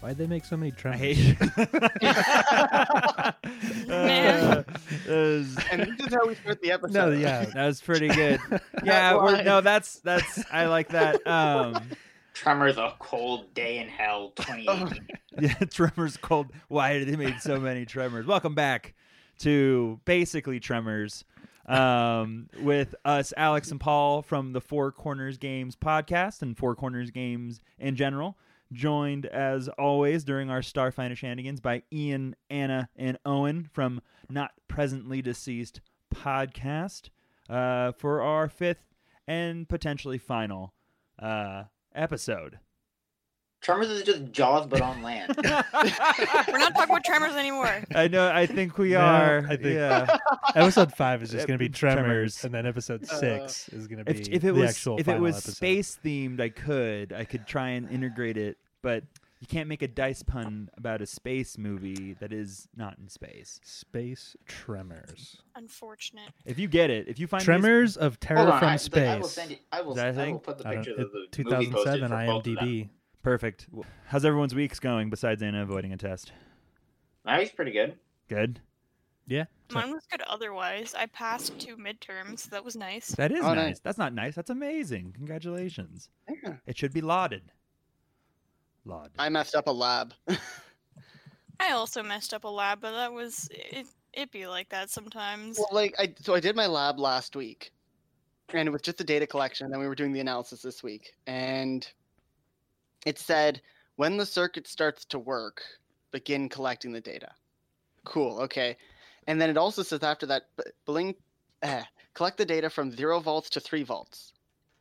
Why'd they make so many I tremors? hate you. Uh, uh, And this is how we start the episode. no, yeah, that was pretty good. Yeah, Not we're, live. no, that's that's I like that. Um, Tremors a cold day in hell 2018. yeah, Tremors cold. Why did they make so many Tremors? Welcome back to basically Tremors um, with us, Alex and Paul from the Four Corners Games podcast and Four Corners Games in general. Joined as always during our Starfinder shenanigans by Ian, Anna, and Owen from Not Presently Deceased podcast uh, for our fifth and potentially final uh, episode. Tremors is just Jaws, but on land. We're not talking about tremors anymore. I know. I think we No, are. I think- Yeah. episode five is just going to be Ep- tremors, Tremors. and then episode Uh, six is going to be if, if it the was actual if it final was episode. space themed, I could I could try and integrate it, but you can't make a dice pun about a space movie that is not in space. space tremors, Unfortunate. If you get it, if you find these- tremors of terror Hold on, from I, space. I will send you. I will, Is that a I will thing? put the I don't- picture it- of the 2007 IMDb. IMDb. perfect. W- How's everyone's weeks going besides Anna avoiding a test? That was pretty good. Good. So- Mine was good otherwise. I passed two midterms. so that was nice. That is Oh, nice. nice. That's not nice. That's amazing. Congratulations. Yeah. It should be lauded. Laud. I messed up a lab. I also messed up a lab, but that was it. It be like that sometimes. Well, like I so I did my lab last week, and it was just the data collection. And then we were doing the analysis this week, and it said when the circuit starts to work, begin collecting the data. Cool. Okay, and then it also says after that, b- bling, eh, collect the data from zero volts to three volts.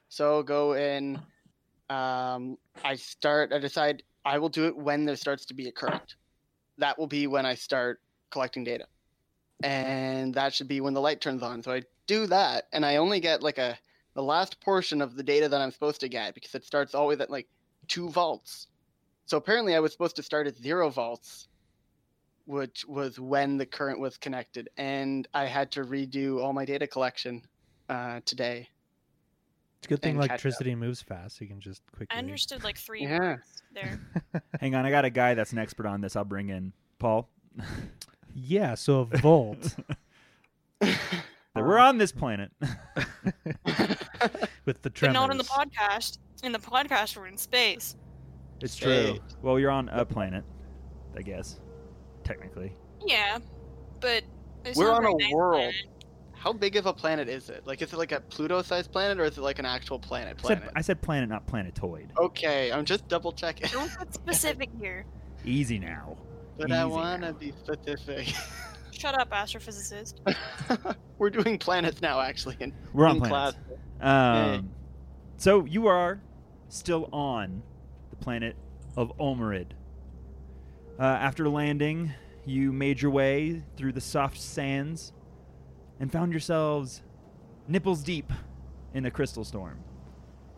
So go in. Um, I start. I decide I will do it when there starts to be a current. That will be when I start collecting data and that should be when the light turns on. So I do that, and I only get like a the last portion of the data that I'm supposed to get because it starts always at like two volts. So apparently, I was supposed to start at zero volts, which was when the current was connected, and I had to redo all my data collection uh, today. It's a good thing and catch up. electricity moves fast. You can just quickly. I understood like three Yeah. words there. Hang on, I got a guy that's an expert on this. I'll bring in Paul. Yeah, so a volt We're on this planet. with the But tremors. not on the podcast. In the podcast, we're in space. It's true. Hey. Well, you're on a planet, I guess, technically. Yeah, but it's We're not on very a nice world. planet. How big of a planet is it? Like, is it like a Pluto-sized planet, or is it like an actual planet? I said, Planet. I said planet, not planetoid. Okay, I'm just double checking, Don't get specific here. Easy now. but I easy now. wanna be specific. Shut up, astrophysicist. We're doing planets now, actually. And We're on in planets. class. Um, So you are still on the planet of Olmerid. Uh, after landing, you made your way through the soft sands and found yourselves nipples deep in a crystal storm.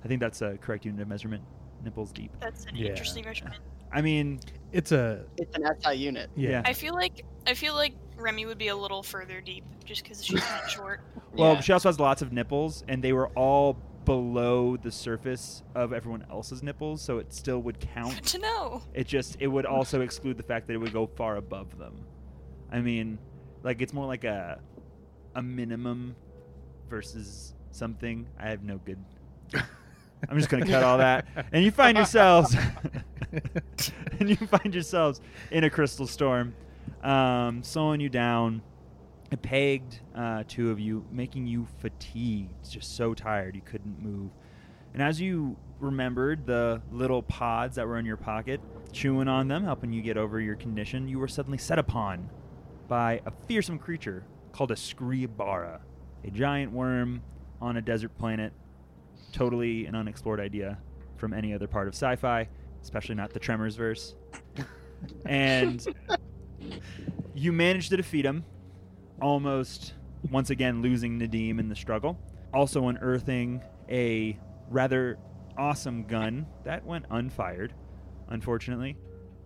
I think that's a correct unit of measurement. Nipples deep. That's an Yeah. interesting measurement. I mean, It's a It's an SI unit. yeah. I feel like I feel like Remy would be a little further deep just because she's not short. Well, Yeah. she also has lots of nipples, and they were all below the surface of everyone else's nipples, so it still would Good count. to know. It just it would also exclude the fact that it would go far above them. I mean, like it's more like a a minimum versus something. I have no good. I'm just gonna cut all that, and you find yourselves, and you find yourselves in a crystal storm, um, slowing you down. It pegged uh, two of you, making you fatigued, just so tired you couldn't move. And as you remembered the little pods that were in your pocket, chewing on them, helping you get over your condition, you were suddenly set upon by a fearsome creature called a Scribara, a giant worm on a desert planet. Totally an unexplored idea from any other part of sci fi, especially not the Tremors verse. and you managed to defeat him, almost once again losing Nadim in the struggle. Also unearthing a rather awesome gun that went unfired, unfortunately.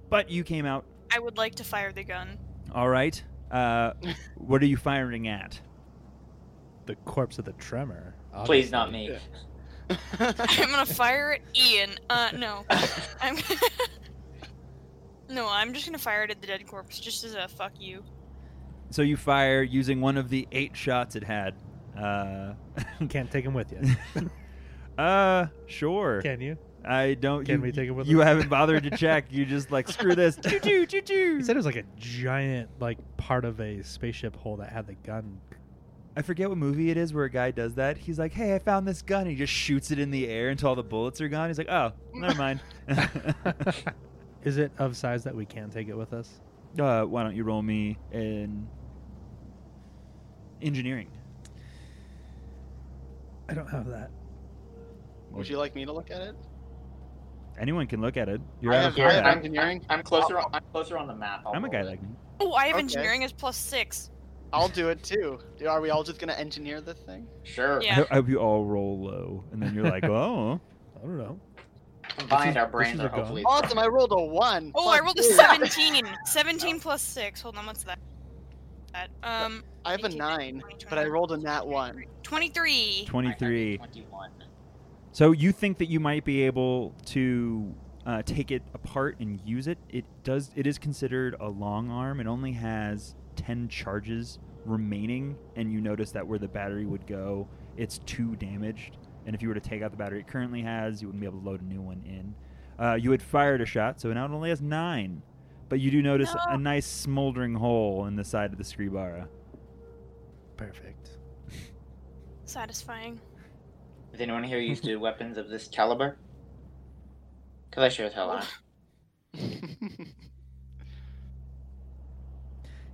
But you came out I would like to fire the gun. all right. Uh, what are you firing at? the corpse of the tremor. obviously. Please, not me. I'm gonna fire at Ian. Uh, no. I'm No, I'm just gonna fire it at the dead corpse just as a fuck you. So you fire using one of the eight shots it had. Uh, Can't take him with you. uh, sure. Can you? I don't. Can you, we take it with You us? haven't bothered to check. You just like screw this. Choo-choo, choo-choo. He said it was like a giant, like part of a spaceship hole that had the gun. I forget what movie it is where a guy does that. He's like, "Hey, I found this gun." He just shoots it in the air until all the bullets are gone. He's like, "Oh, never mind." Is it of size that we can take it with us? uh, why don't you roll me in engineering? I don't have that. Well, Would you like me to look at it? Anyone can look at it. You're I out have, of I have combat. engineering. I'm closer. On, I'm closer on the map. I'll I'm a roll guy it. like me. Oh, I have Okay. engineering as plus six. I'll do it too. Do- Are we all just gonna engineer this thing? Sure. Yeah. I hope you all roll low, and then you're like, "Oh, I don't know. Combined, This is- our this brains is are a gun. hopefully. Awesome! I rolled a one. Oh, I Fuck rolled a you. 17. 17 plus six. Hold on, what's that? That um. I have a 19, nine, 20, but I 21, rolled a nat one. 23. 23." Twenty-one. So you think that you might be able to uh, take it apart and use it? It does. It is considered a long arm. It only has ten charges remaining, and you notice that where the battery would go, it's two damaged. And if you were to take out the battery it currently has, you wouldn't be able to load a new one in. Uh, you had fired a shot, so now it only has nine. But you do notice No. a nice smoldering hole in the side of the Scribara. Perfect. Satisfying. Did anyone here use two weapons of this caliber? Because I sure as hell aren't.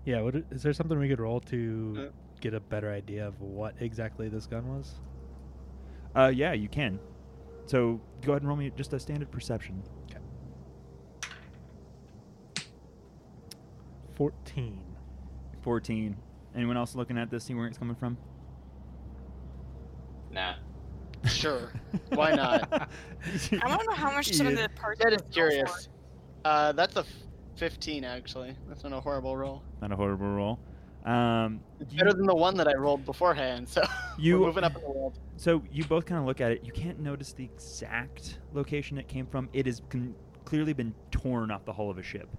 Yeah. What, is there something we could roll to Uh. get a better idea of what exactly this gun was? Uh, yeah, you can. So go ahead and roll me just a standard perception. Fourteen. 14. Anyone else looking at this, see where it's coming from? Nah. sure. Why not? I want to know how much some of Yeah. the parts. That were is built for. curious. Uh, that's a f- fifteen actually. That's not a horrible roll. Not a horrible roll. Um, It's you- better than the one that I rolled beforehand. So You- we're moving up in the world. so you both kind of look at it. You can't notice the exact location it came from. It has con- clearly been torn off the hull of a ship.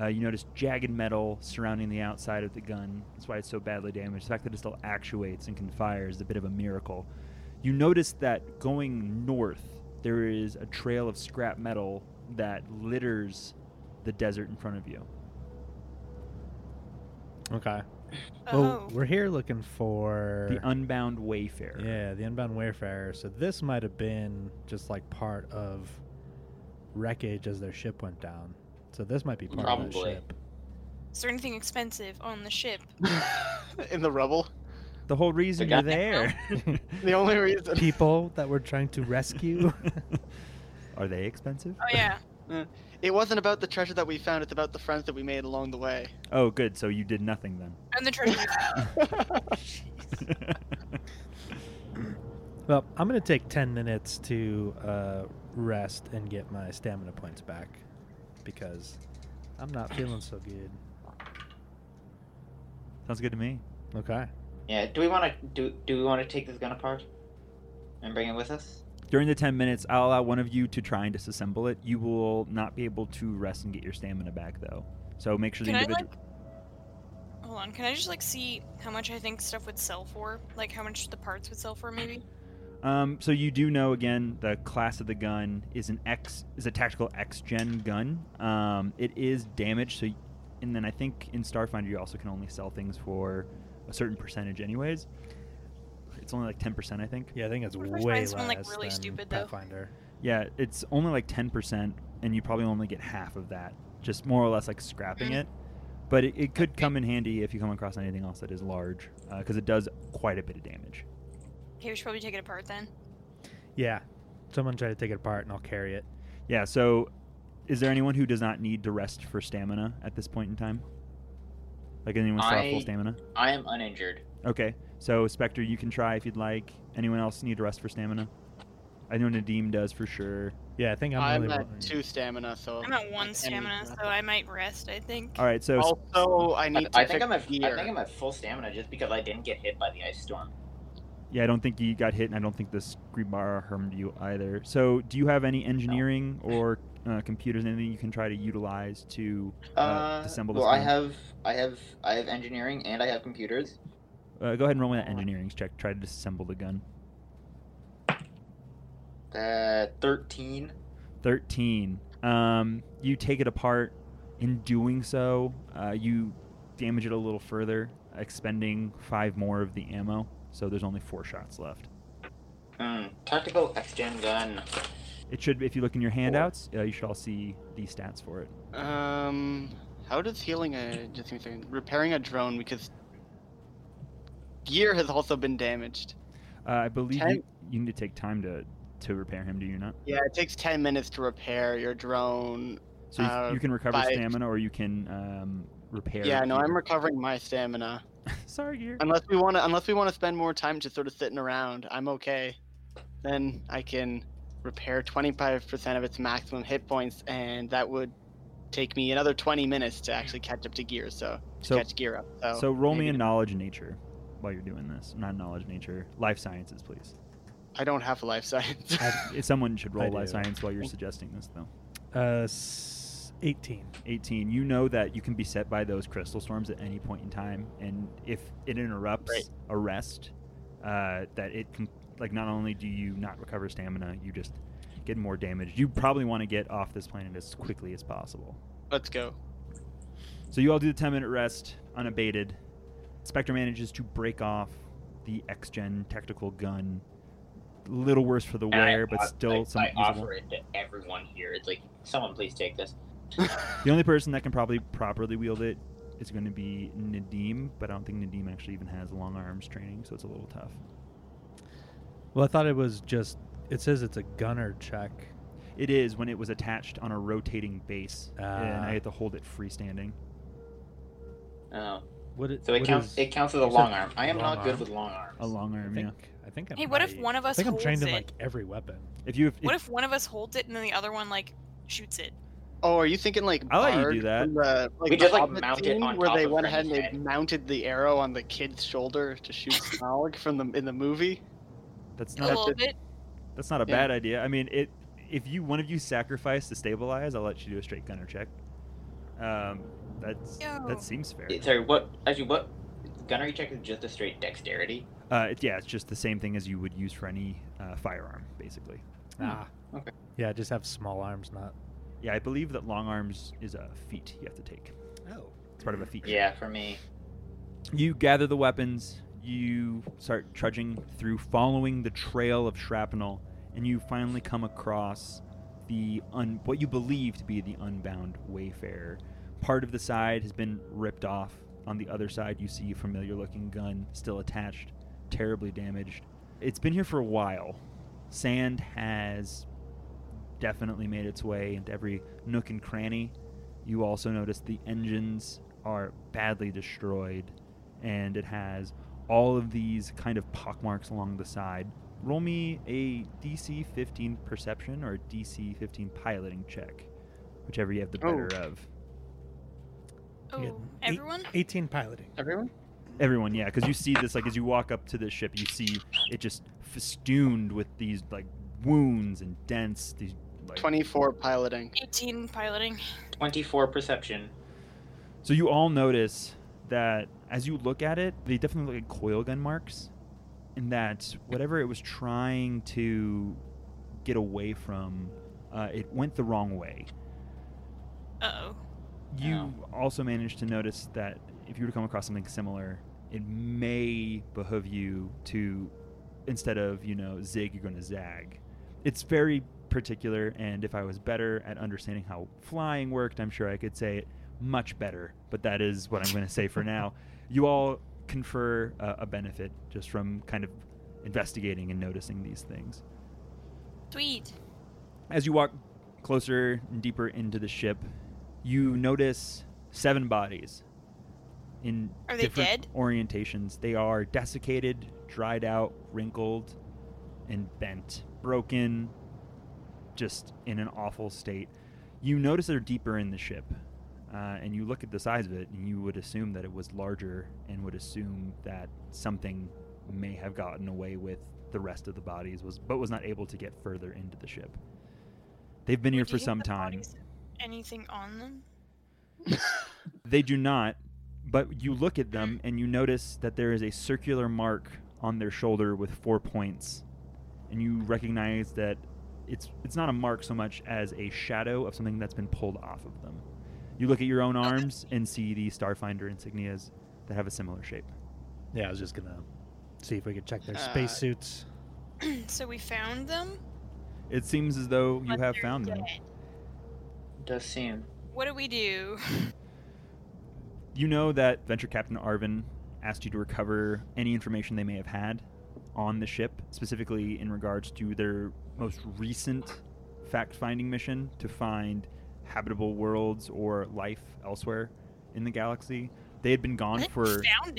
Uh, you notice jagged metal surrounding the outside of the gun. That's why it's so badly damaged. The fact that it still actuates and can fire is a bit of a miracle. You notice that going north, there is a trail of scrap metal that litters the desert in front of you. Okay. Well, Oh. we're here looking for The Unbound Wayfarer. Yeah, the Unbound Wayfarer. So this might have been just like part of wreckage as their ship went down. So this might be part of the Probably. ship. Is there anything expensive on the ship? in the rubble. The whole reason The you're guy- there. The only reason. People that we're trying to rescue. Are they expensive? Oh yeah. It wasn't about the treasure that we found. It's about the friends that we made along the way. Oh, good. So you did nothing And the treasure. then. well, I'm gonna take ten minutes to uh, rest and get my stamina points back because I'm not feeling so good. Sounds good to me. Okay. Yeah. Do we want to do? Do we want to take this gun apart and bring it with us? During the 10 minutes, I'll allow one of you to try and disassemble it. You will not be able to rest and get your stamina back, though. So make sure the Can I, individual. Hold on. Can I just like see how much I think stuff would sell for? Like how much the parts would sell for, maybe? Um, so you do know again the class of the gun is an X is a tactical X Gen gun. Um, it is damaged, so y- and then I think in Starfinder you also can only sell things for a certain percentage, anyways. It's only like ten percent, I think. Yeah, I think it's What if I way find less someone, like, really than stupid, though? Pathfinder. Yeah, it's only like ten percent, and you probably only get half of that, just more or less like scrapping it. But it, it could come in handy if you come across anything else that is large, because it does quite a bit of damage. Okay, we should probably take it apart then. Yeah. Someone try to take it apart and I'll carry it. Yeah. So, is there anyone who does not need to rest for stamina at this point in time? Like anyone still at I- full stamina? I am uninjured. Okay. So Spectre, you can try if you'd like. Anyone else need to rest for stamina? I know Nadim does for sure. Yeah, I think I'm, I'm really at willing- two stamina, so I'm at one and- stamina, so I might rest. I think. All right. So s- Also, I need. To I, I think pick I'm at. gear. I think I'm at full stamina just because I didn't get hit by the ice storm. yeah, I don't think you got hit, and I don't think this Gribara harmed you either. So do you have any engineering or uh, computers, anything you can try to utilize to Uh, uh, assemble this well, I gun? have, I have, I have engineering and I have computers. Uh, go ahead and roll me that engineering check. Try to disassemble the gun. Uh, thirteen. 13. Um, you take it apart. In doing so, uh, you damage it a little further, expending five more of the ammo. So there's only four shots left. Hmm. Tactical X-Gen gun. It should, be- if you look in your handouts, uh, you should all see the stats for it. Um, how does healing a just give me a second, repairing a drone because gear has also been damaged. Uh, I believe Ten. you, you need to take time to to repair him. Do you not? Yeah, it takes ten minutes to repair your drone. So you, Uh, you can recover by- stamina, or you can um, repair. yeah, no, I'm gear. recovering my stamina. Sorry, gear. Unless we want to, unless we want to spend more time just sort of sitting around, I'm okay. Then I can repair 25% of its maximum hit points, and that would take me another 20 minutes to actually catch up to gear. So So, catch gear up. So, so roll me maybe- a knowledge nature while you're doing this. Not knowledge nature, life sciences, please. I don't have a life science. I- if someone should roll I life do. science while you're suggesting this, though. Uh, s- 18. 18. You know that you can be set by those crystal storms at any point in time, and if it interrupts Right. a rest, uh, that it can like not only do you not recover stamina, you just get more damage. You probably want to get off this planet as quickly as possible. Let's go. So you all do the 10 minute rest unabated. Spectre manages to break off the X Gen tactical gun. Little worse for the And I wear, but off- I- still I somewhat usable. offer it to everyone here. It's like, someone please take this. The only person that can probably properly wield it is going to be Nadim, but I don't think Nadim actually even has long arms training, so it's a little tough. Well, I thought it was just. It says it's a gunner check. It is when it was attached on a rotating base, and Ah. I had to hold it freestanding. Oh, What it, so it what counts. is- It counts as a you long said arm. I am long not good arm? with long arms. A long I arm, yeah. think, I think I Hey, what if might- one of I us think I'm holds trained it? in like every weapon. If you, if, What if one of us holds it and then the other one like shoots it? Oh, are you thinking like I'll let you Bard do that. from the, We like, the just, like, Hobbit mount it scene on where top they of went ahead and Rennie's they head? mounted the arrow on the kid's shoulder to shoot Smaug from the in the movie. that's A not little it. bit. that's not a Yeah. bad idea. I mean, it if you one of you sacrifice to stabilize, I'll let you do a straight gunner check. Um, that's Yo. that seems fair. Eh, Sorry, what? Actually, what? Gunnery check is just a straight dexterity. Uh, it, yeah, it's just the same thing as you would use for any uh, firearm, basically. Ah. okay. Yeah, I just have small arms, not. Yeah, I believe that long arms is a feat you have to take. Oh. It's part of a feat. Yeah, for me. You gather the weapons, you start trudging through, following the trail of shrapnel, and you finally come across the un- what you believe to be the unbound wayfarer. Part of the side has been ripped off. On the other side, you see a familiar looking gun still attached, terribly damaged. It's been here for a while. Sand has definitely made its way into every nook and cranny. You also notice the engines are badly destroyed, and it has all of these kind of pockmarks along the side. Roll me a DC 15 perception or a DC 15 piloting check, whichever you have the Oh. better of. Yeah, Oh, eight- everyone. 18 piloting. Everyone? Everyone, yeah, because you see this like as you walk up to this ship, you see it just festooned with these like wounds and dents. These like 24 piloting. 18 piloting. 24 perception. So you all notice that as you look at it, they definitely look like coil gun marks, and that whatever it was trying to get away from, uh, it went the wrong way. Uh oh. You also managed to notice that if you were to come across something similar, it may behoove you to, instead of you know zig, you're going to zag. It's very particular, and if I was better at understanding how flying worked, I'm sure I could say it much better. But that is what I'm going to say for now. You all confer uh, a benefit just from kind of investigating and noticing these things Sweet. as you walk closer and deeper into the ship, you notice seven bodies in Are they different dead? orientations. They are desiccated, dried out, wrinkled, and bent, broken, just in an awful state. You notice they're deeper in the ship, uh, and you look at the size of it, and you would assume that it was larger, and would assume that something may have gotten away with the rest of the bodies was, but was not able to get further into the ship They've been here Do for you think some the time. bodies have Anything on them? They do not, but you look at them and you notice that there is a circular mark on their shoulder with four points. And you recognize that it's it's not a mark so much as a shadow of something that's been pulled off of them. You look at your own arms and see the Starfinder insignias that have a similar shape. Yeah, I was just gonna see if we could check their Uh, spacesuits. so we found them. It seems as though you but have they're found them. dead. Does seem. What do we do? You know that Venture Captain Arvin asked you to recover any information they may have had on the ship, specifically in regards to their most recent fact finding mission to find habitable worlds or life elsewhere in the galaxy. They had been I gone think we for found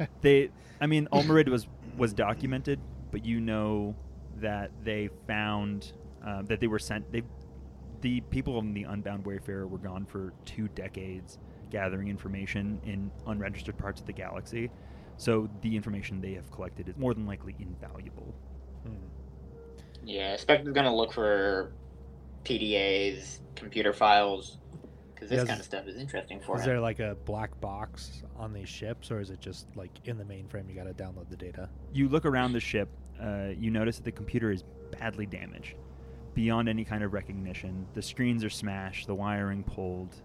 it. they I mean Ulmarid was was documented, but you know that they found uh, that they were sent they the people in the Unbound Wayfarer were gone for two decades gathering information in unregistered parts of the galaxy. So the information they have collected is more than likely invaluable. Hmm. Yeah, Spectre's gonna look for PDAs, computer files, because this Yes. kind of stuff is interesting for Is him. there like a black box on these ships, or is it just like in the mainframe? You got to download the data. You look around the ship, uh, you notice that the computer is badly damaged, beyond any kind of recognition. The screens are smashed, the wiring pulled.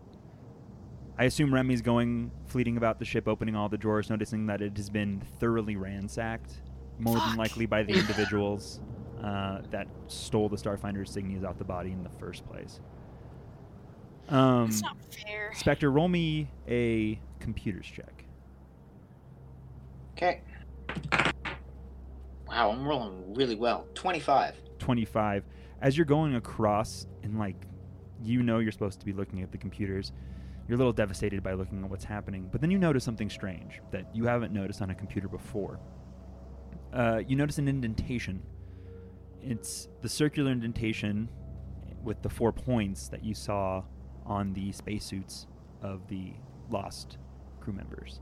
I assume Remy's going fleeting about the ship, opening all the drawers, noticing that it has been thoroughly ransacked, more than Fuck. likely by the individuals uh, that stole the Starfinder insignias off the body in the first place. Um, It's not fair. Spectre, roll me a computers check. Okay. Wow, I'm rolling really well. 25. 25 as you're going across and like you know you're supposed to be looking at the computers you're a little devastated by looking at what's happening but then you notice something strange that you haven't noticed on a computer before uh, you notice an indentation it's the circular indentation with the four points that you saw on the spacesuits of the lost crew members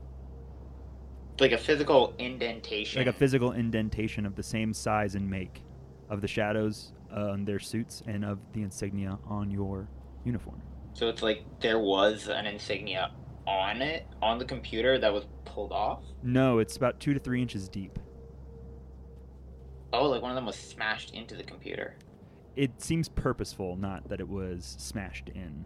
Like a physical indentation. like a physical indentation of the same size and make of the shadows uh, on their suits and of the insignia on your uniform. so it's like there was an insignia on it, on the computer that was pulled off. No, it's about two to three inches deep. Oh, like one of them was smashed into the computer. It seems purposeful, not that it was smashed in.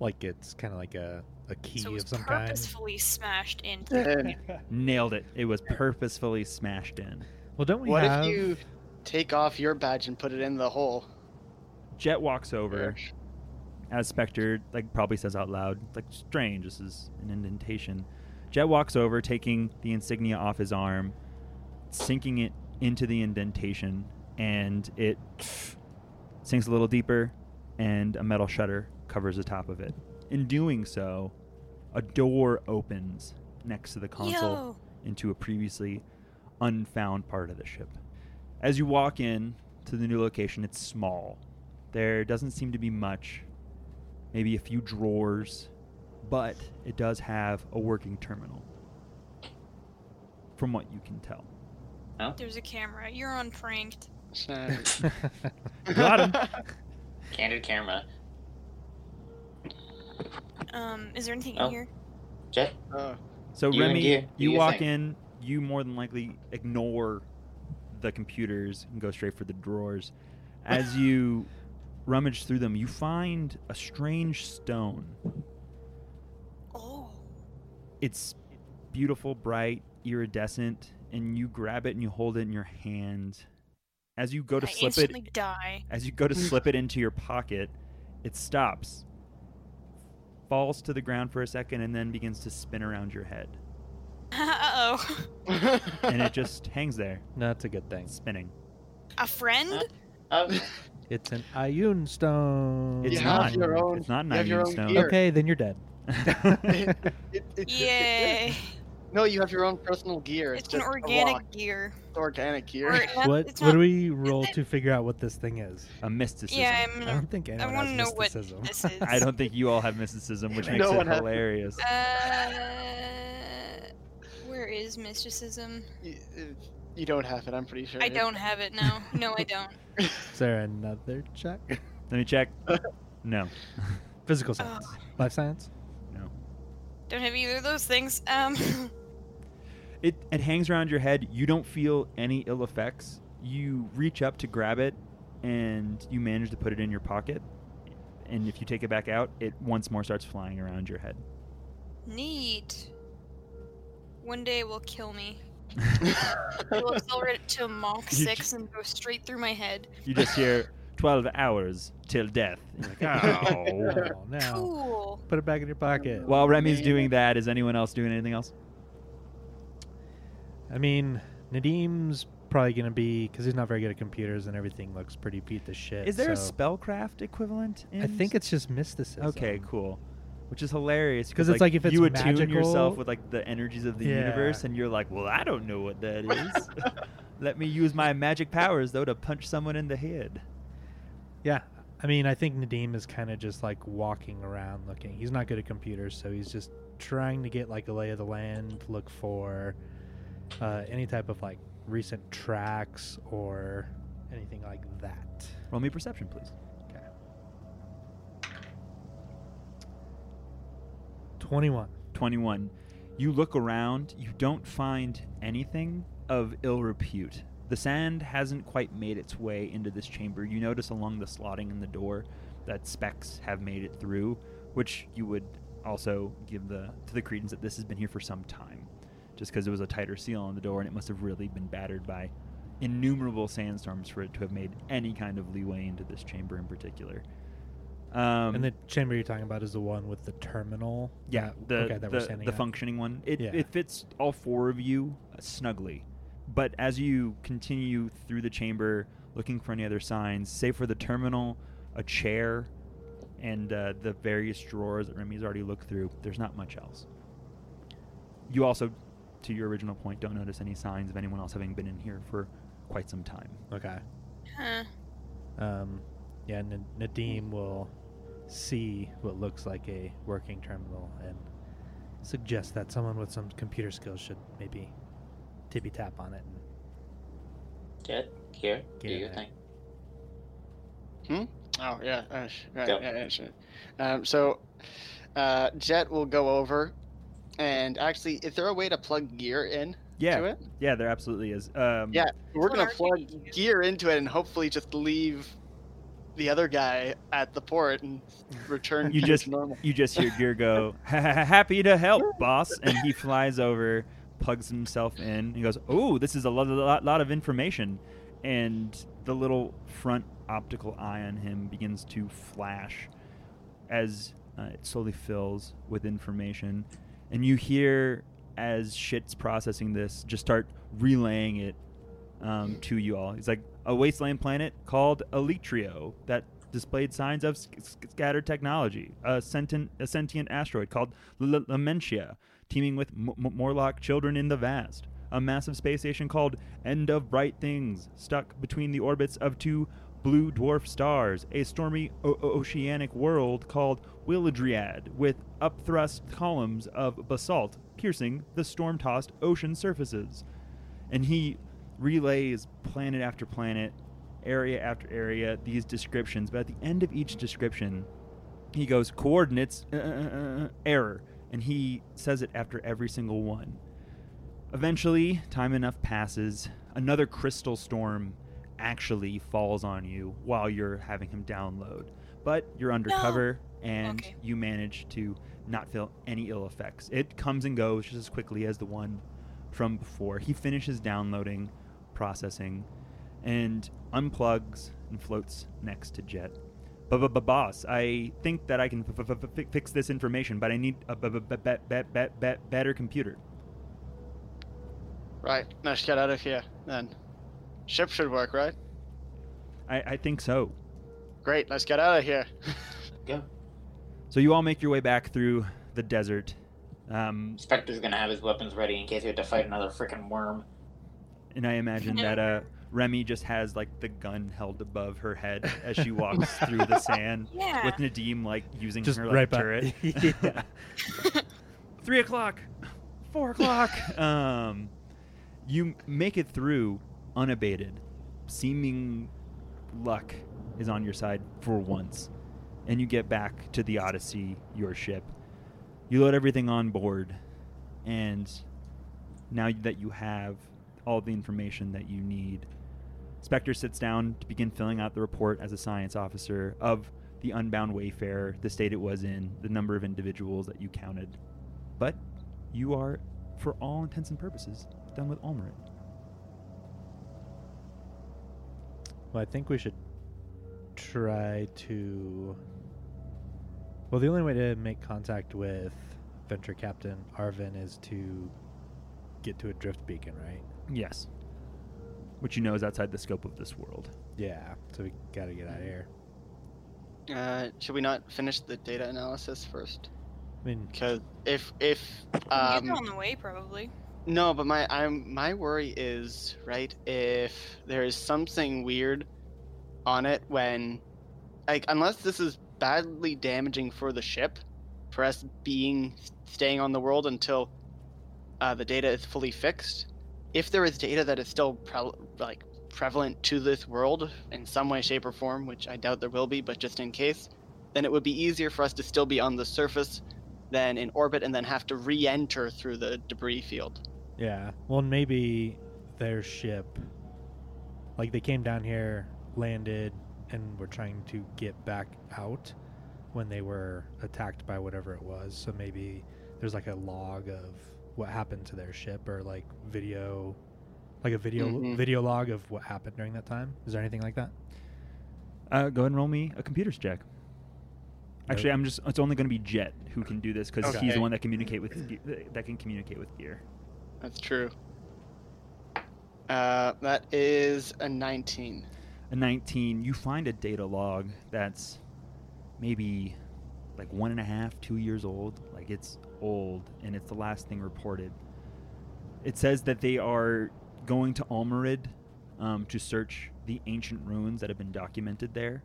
Like it's kind of like a, a key So it was of some purposefully smashed into the Then kind. Nailed it. It was purposefully smashed in. well, don't we what have? if you take off your badge and put it in the hole? Jet walks over as Spectre, like, probably says out loud, like, strange, this is an indentation. Jet walks over, taking the insignia off his arm, sinking it into the indentation, and it sinks a little deeper, and a metal shutter covers the top of it. In doing so, a door opens next to the console Yo, into a previously unfound part of the ship. As you walk in to the new location, it's small. There doesn't seem to be much, maybe a few drawers, but it does have a working terminal. From what you can tell. there's a camera. You're on pranked. Snap. Got him. Candid camera. Um, is there anything Oh. in here? Jet? Oh, So You and Remy, you. you, What do you walk think? in, you more than likely ignore the computers and go straight for the drawers. As you rummage through them, you find a strange stone. Oh, It's beautiful, bright, iridescent, and you grab it and you hold it in your hand. As you go to I slip it instantly die. as you go to slip it into your pocket, it stops, falls to the ground for a second, and then begins to spin around your head. uh oh, And it just hangs there, That's a good thing. spinning. a friend? Oh, It's an Ioun stone. It's You have not. your own- it's not an you have your Ioun own stone. gear. Okay, then you're dead. Okay. It- it's- Yay! No, you have your own personal gear. It's, It's an just a lock. organic gear. It's organic Or gear. it has- what it's what not- do we roll to figure out what this thing is? a mysticism. Yeah, I'm. I Gonna, don't think Hmm. I anyone want to has know what mysticism. this is. I don't think you all have mysticism, which No makes it one has- hilarious. Uh, where is mysticism? It's You don't have it. I'm pretty sure. I don't have it now. No, I don't. Is there another check? Let me check. No. Physical Ah. science, life science. No. Don't have either of those things. Um, It it hangs around your head. You don't feel any ill effects. You reach up to grab it and you manage to put it in your pocket. And if you take it back out, it once more starts flying around your head. neat. One day it will kill me. It will accelerate it to Mach You 6 and go straight through my head. You just hear 12 hours till death. And you're like, "Ow." Oh no! Cool. Put it back in your pocket. While Remy's Man. doing that, is anyone else doing anything else? I mean, Nadim's probably gonna be because he's not very good at computers, and everything looks pretty beat the shit. Is there so- a spellcraft equivalent? In uh, I think it's just mysticism. Okay, cool. Which is hilarious um, 'Cause it's like if it's you attune yourself magical- with like the energies of the Yeah. universe, and you're like, well, I don't know what that is. Let me use my magic powers though to punch someone in the head. Yeah. I mean, I think Nadim is kind of just like walking around looking. He's not good at computers, so he's just trying to get like a lay of the land, look for uh, any type of like recent tracks or anything like that. Roll me perception, please. 21. Twenty-one. You look around. You don't find anything of ill repute. The sand hasn't quite made its way into this chamber. You notice along the slotting in the door that specks have made it through, which you would also give the to the credence that this has been here for some time, just because it was a tighter seal on the door and it must have really been battered by innumerable sandstorms for it to have made any kind of leeway into this chamber in particular. Um, and the chamber you're talking about is the one with the terminal. yeah, that- the okay, that we're the, standing the at. functioning one. It Yeah. it fits all four of you uh, snugly. But as you continue through the chamber, looking for any other signs, save for the terminal, a chair, and uh, the various drawers that Remy's already looked through, there's not much else. You also, to your original point, don't notice any signs of anyone else having been in here for quite some time. Okay. Huh. Um, yeah, N- Nadim will see what looks like a working terminal and suggest that someone with some computer skills should maybe tippy tap on it. And Get here. Do Get your it. thing. Oh yeah, uh, sh- right, Go. yeah, yeah, sure. Um, so, uh, Jet will go over, and actually, is there a way to plug gear in to Yeah, it? yeah, there absolutely is. Um, Yeah. We're That's what gonna ours plug is used. gear into it and hopefully just leave the other guy at the port and return You to just- normal. You just hear Gear go, "Ha- ha- ha- happy to help, boss. And he flies over, plugs himself in, and goes, oh, this is a lot, lot, lot of information. And the little front optical eye on him begins to flash as uh, it slowly fills with information. And you hear, as shit's processing this, just start relaying it um, to you all. He's like, a wasteland planet called Elytrio that displayed signs of sc- sc- scattered technology. A sentient, a sentient asteroid called L- L- Lamentia, teeming with M- M- Morlock children in the vast. A massive space station called End of Bright Things, stuck between the orbits of two blue dwarf stars. A stormy o- o- oceanic world called Willadriad, with upthrust columns of basalt piercing the storm tossed ocean surfaces and he relays planet after planet, area after area, these descriptions. But at the end of each description, he goes coordinates uh, uh, uh, uh, error, and he says it after every single one. Eventually, time enough passes. Another crystal storm actually falls on you while you're having him download, but you're undercover and Okay. you manage to not feel any ill effects. It comes and goes just as quickly as the one from before. He finishes downloading, processing, and unplugs and floats next to Jet. Boss, I think that I can f- f- f- fi- fix this information, but I need a b- b- b- be- be- be- be- better computer. Right, let's get out of here then. Ship should work, right? I, I think so. Great, let's get out of here. Go. So you all make your way back through the desert. Um, Spectre's gonna have his weapons ready in case we have to fight another freaking worm. and I imagine that uh, Remy just has like the gun held above her head as she walks through the sand Yeah. with Nadim like using Just her right like, by- turret. Yeah. Three o'clock, four o'clock. um, You make it through unabated. Seeming luck is on your side for once. And you get back to the Odyssey, your ship. You load everything on board. And now that you have all the information that you need, Spectre sits down to begin filling out the report as a science officer of the unbound wayfarer, the state it was in, the number of individuals that you counted. But you are, for all intents and purposes, done with Almerin. Well, I think we should try to. Well, the only way to make contact with Venture Captain Arvin is to get to a drift beacon, right? Yes. Which you know is outside the scope of this world. Yeah. So we gotta get out of here. Uh, should we not finish the data analysis first? I mean, Because if if Um, um, on the way, probably. No, but my I'm my worry is right if there is something weird on it when like unless this is badly damaging for the ship for us being staying on the world until uh, the data is fully fixed if there is data that is still pre- like prevalent to this world in some way shape or form which i doubt there will be but just in case then it would be easier for us to still be on the surface than in orbit and then have to re-enter through the debris field yeah. Well, maybe their ship, like they came down here, landed, and were trying to get back out when they were attacked by whatever it was. So maybe there's like a log of what happened to their ship, or like video, like a video Mhm. video log of what happened during that time. Is there anything like that? Uh, go ahead and roll me a computer's check. Actually, I'm just. It's only going to be Jet who can do this because he's Okay. the one that communicate with Ge- that can communicate with Gear. That's true. Uh, that is a 19. a 19, you find a data log that's maybe like one and a half, two years old. Like it's old and it's the last thing reported. It says that they are going to Almerid um, to search the ancient ruins that have been documented there.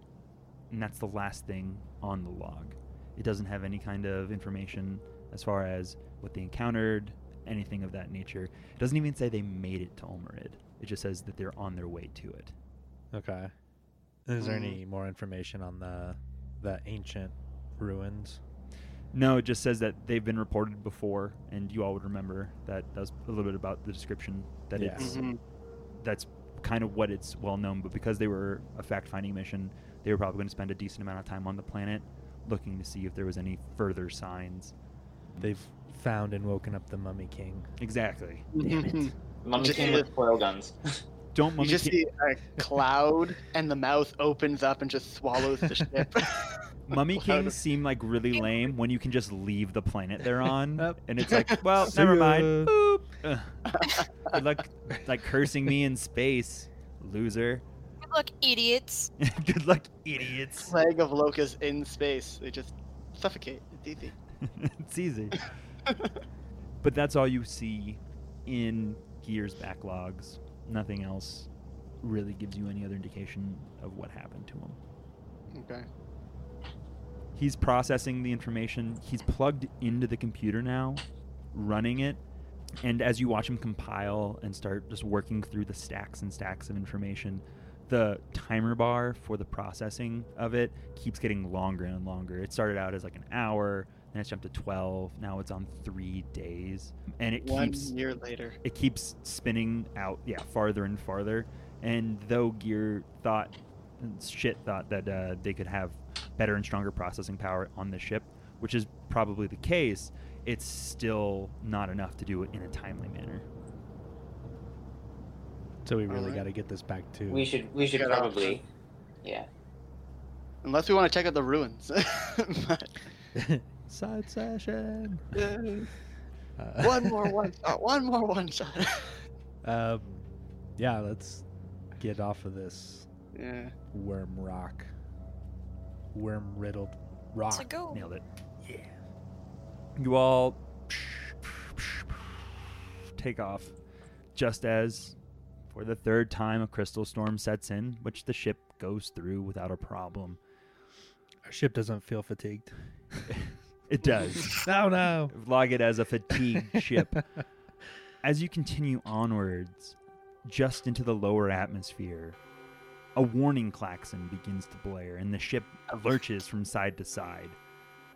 And that's the last thing on the log. It doesn't have any kind of information as far as what they encountered, anything of that nature. It doesn't even say they made it to Almerid. It just says that they're on their way to it. Okay. Is there Mm. any more information on the the ancient ruins? No, it just says that they've been reported before, and you all would remember that. That's a little bit about the description that Yeah. it's Mm-hmm. that's kind of what it's well known. But because they were a fact-finding mission, they were probably going to spend a decent amount of time on the planet, looking to see if there was any further signs. They've found and woken up the mummy king. Exactly. Mummy Just- King with coil guns. Don't You mummy. Mm-hmm. just Ki- see a cloud, and the mouth opens up and just swallows the ship. mummy Cloud of- kings seem like really lame when you can just leave the planet they're on, Yep. and it's like, well, See never mind. ya. Boop. Ugh. Good luck, like cursing me in space, loser. Good luck, idiots. Good luck, idiots. Plague of locusts in space. They just suffocate. It's easy. it's easy. but that's all you see in Gear's backlogs. Nothing else really gives you any other indication of what happened to him. Okay. He's processing the information. He's plugged into the computer now, running it. And as you watch him compile and start just working through the stacks and stacks of information, the timer bar for the processing of it keeps getting longer and longer. It started out as like an hour, then it's jumped to 12. Now it's on three days. And it One keeps year later. it keeps spinning out, yeah, farther and farther. And though Gear thought, shit, thought that uh, they could have better and stronger processing power on the ship, which is probably the case, it's still not enough to do it in a timely manner. So we really Alright. got to get this back to. We should we should Get out. probably yeah. Unless we want to check out the ruins. But, Side session. uh, Uh, one more one shot. One more one shot. um, yeah, let's get off of this yeah. worm rock, worm riddled rock. So go. Nailed it. Yeah. You all take off just as for the third time a crystal storm sets in, which the ship goes through without a problem. Our ship doesn't feel fatigued. Oh, It does. No, no. Log it as a fatigued ship. As you continue onwards, just into the lower atmosphere, a warning klaxon begins to blare and the ship lurches from side to side.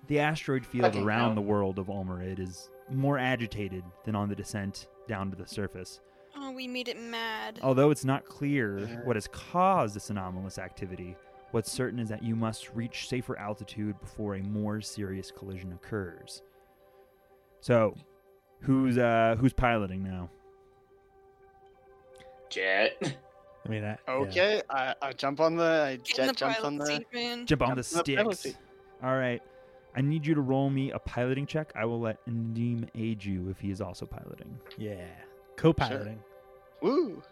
The asteroid field Fucking around hell. the world of Ulmarid is more agitated than on the descent down to the surface, Oh, we made it mad. although it's not clear what has caused this anomalous activity. What's certain is that you must reach safer altitude before a more serious collision occurs. So, who's uh, who's piloting now? Jet. I mean, I, yeah. Okay, I, I jump on the I Get in the jet jumps pilot on the. seat, man. Jump on Jump the on the pedal sticks. All right. I need you to roll me a piloting check. I will let Nadim aid you if he is also piloting. yeah, co-piloting. Woo!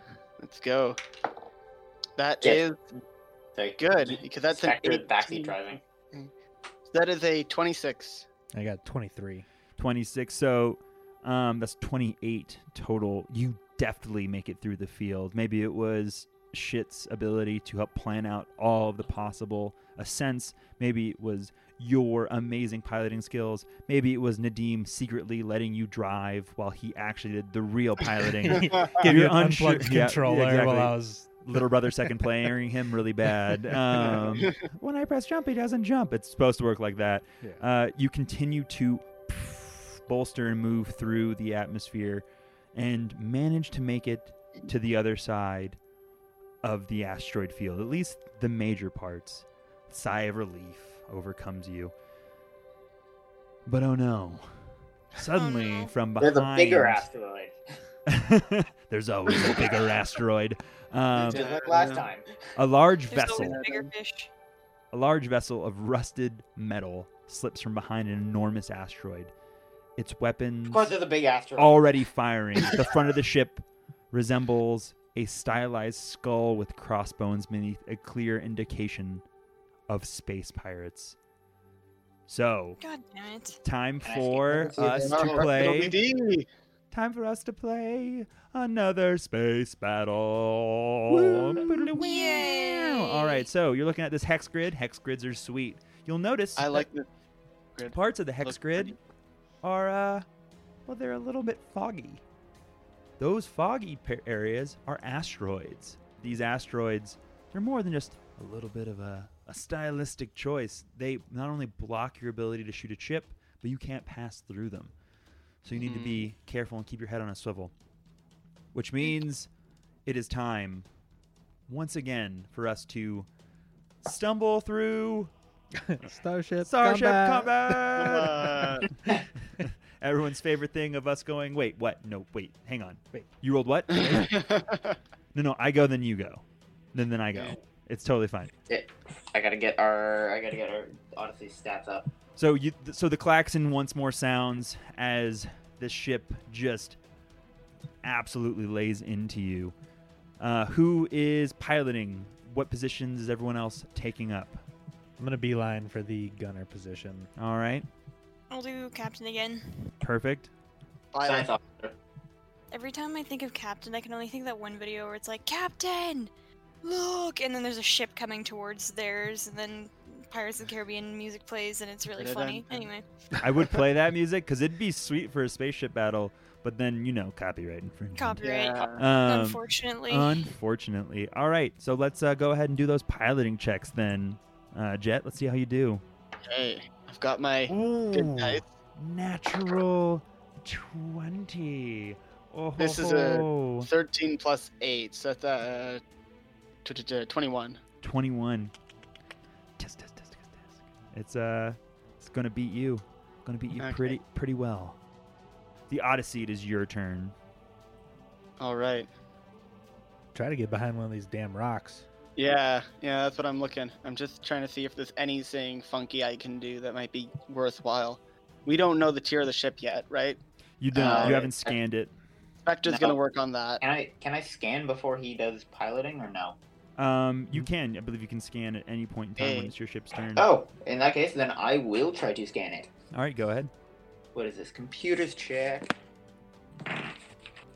Let's go. That Jet. is So good you- because that's an Spectre backseat 18 driving. That is a twenty-six. I got 23. 26. So um, that's 28 total. You deftly make it through the field. Maybe it was Shit's ability to help plan out all of the possible ascents. Maybe it was your amazing piloting skills. Maybe it was Nadim secretly letting you drive while he actually did the real piloting. Give You're you an unsure- unplugged yeah, controller exactly. while I was. Little brother second playing him really bad. Um, when I press jump, he doesn't jump. It's supposed to work like that. Yeah. Uh, you continue to bolster and move through the atmosphere and manage to make it to the other side of the asteroid field, at least the major parts. Sigh of relief overcomes you. But oh no. Suddenly, no. from behind, There's a bigger asteroid. there's always a bigger asteroid. Um, Just like last time. a large There's always vessel a bigger fish. a large vessel of rusted metal slips from behind an enormous asteroid. Its weapons, Of course, there's a big asteroid. already firing, the front of the ship resembles a stylized skull with crossbones beneath a clear indication of space pirates. So, God damn it. time Can I see- for can I us see Oh, to the- play. RPD. Time for us to play another space battle. Yay. All right, so you're looking at this hex grid. Hex grids are sweet. You'll notice I that like the grid. parts of the hex Looks grid pretty. are, uh, well, they're a little bit foggy. Those foggy pa- areas are asteroids. These asteroids, they're more than just a little bit of a, a stylistic choice. They not only block your ability to shoot a chip, but you can't pass through them. So you need to Mhm. be careful and keep your head on a swivel. Which means it is time once again for us to stumble through Starship, Starship combat. Combat. Everyone's favorite thing of us going, wait, what? No, wait, hang on. Wait. You rolled what? no, I no, I go, then you go. Then then I go. It's totally fine. It- I gotta get our. I gotta get our Odyssey stats up. So you th- so the klaxon once more sounds as the ship just absolutely lays into you. Uh, who is piloting? What positions is everyone else taking up? I'm gonna beeline for the gunner position. All right. I'll do captain again. Perfect. Science like officer. Every time I think of captain, I can only think of that one video where it's like, Captain! Look! And then there's a ship coming towards theirs, and then Pirates of the Caribbean music plays, and it's really funny. Anyway. I would play that music because it'd be sweet for a spaceship battle, but then you know copyright infringement. Copyright. yeah. Um, Unfortunately. Unfortunately. All right, so let's uh, go ahead and do those piloting checks then. Uh, Jet, let's see how you do. Hey, I've got my good Ooh, dice. natural 20. Oh, This is a- Thirteen plus eight, so that's uh, t- t- t- twenty-one. 21. Test, test, test, test, test. It's, uh, it's going to beat you. Going to beat you Okay. pretty, pretty well. The Odyssey, it is your turn. All right. Try to get behind one of these damn rocks. Yeah, yeah, that's what I'm looking. I'm just trying to see if there's anything funky I can do that might be worthwhile. We don't know the tier of the ship yet, right? You don't. Uh, you haven't scanned it. Spectre's No. gonna work on that. Can I can I scan before he does piloting or no? Um, you can. I believe you can scan at any point in time when Mm-hmm. Hey. it's your ship's turn. Oh, in that case, then I will try to scan it. All right, go ahead. What is this? Computers check.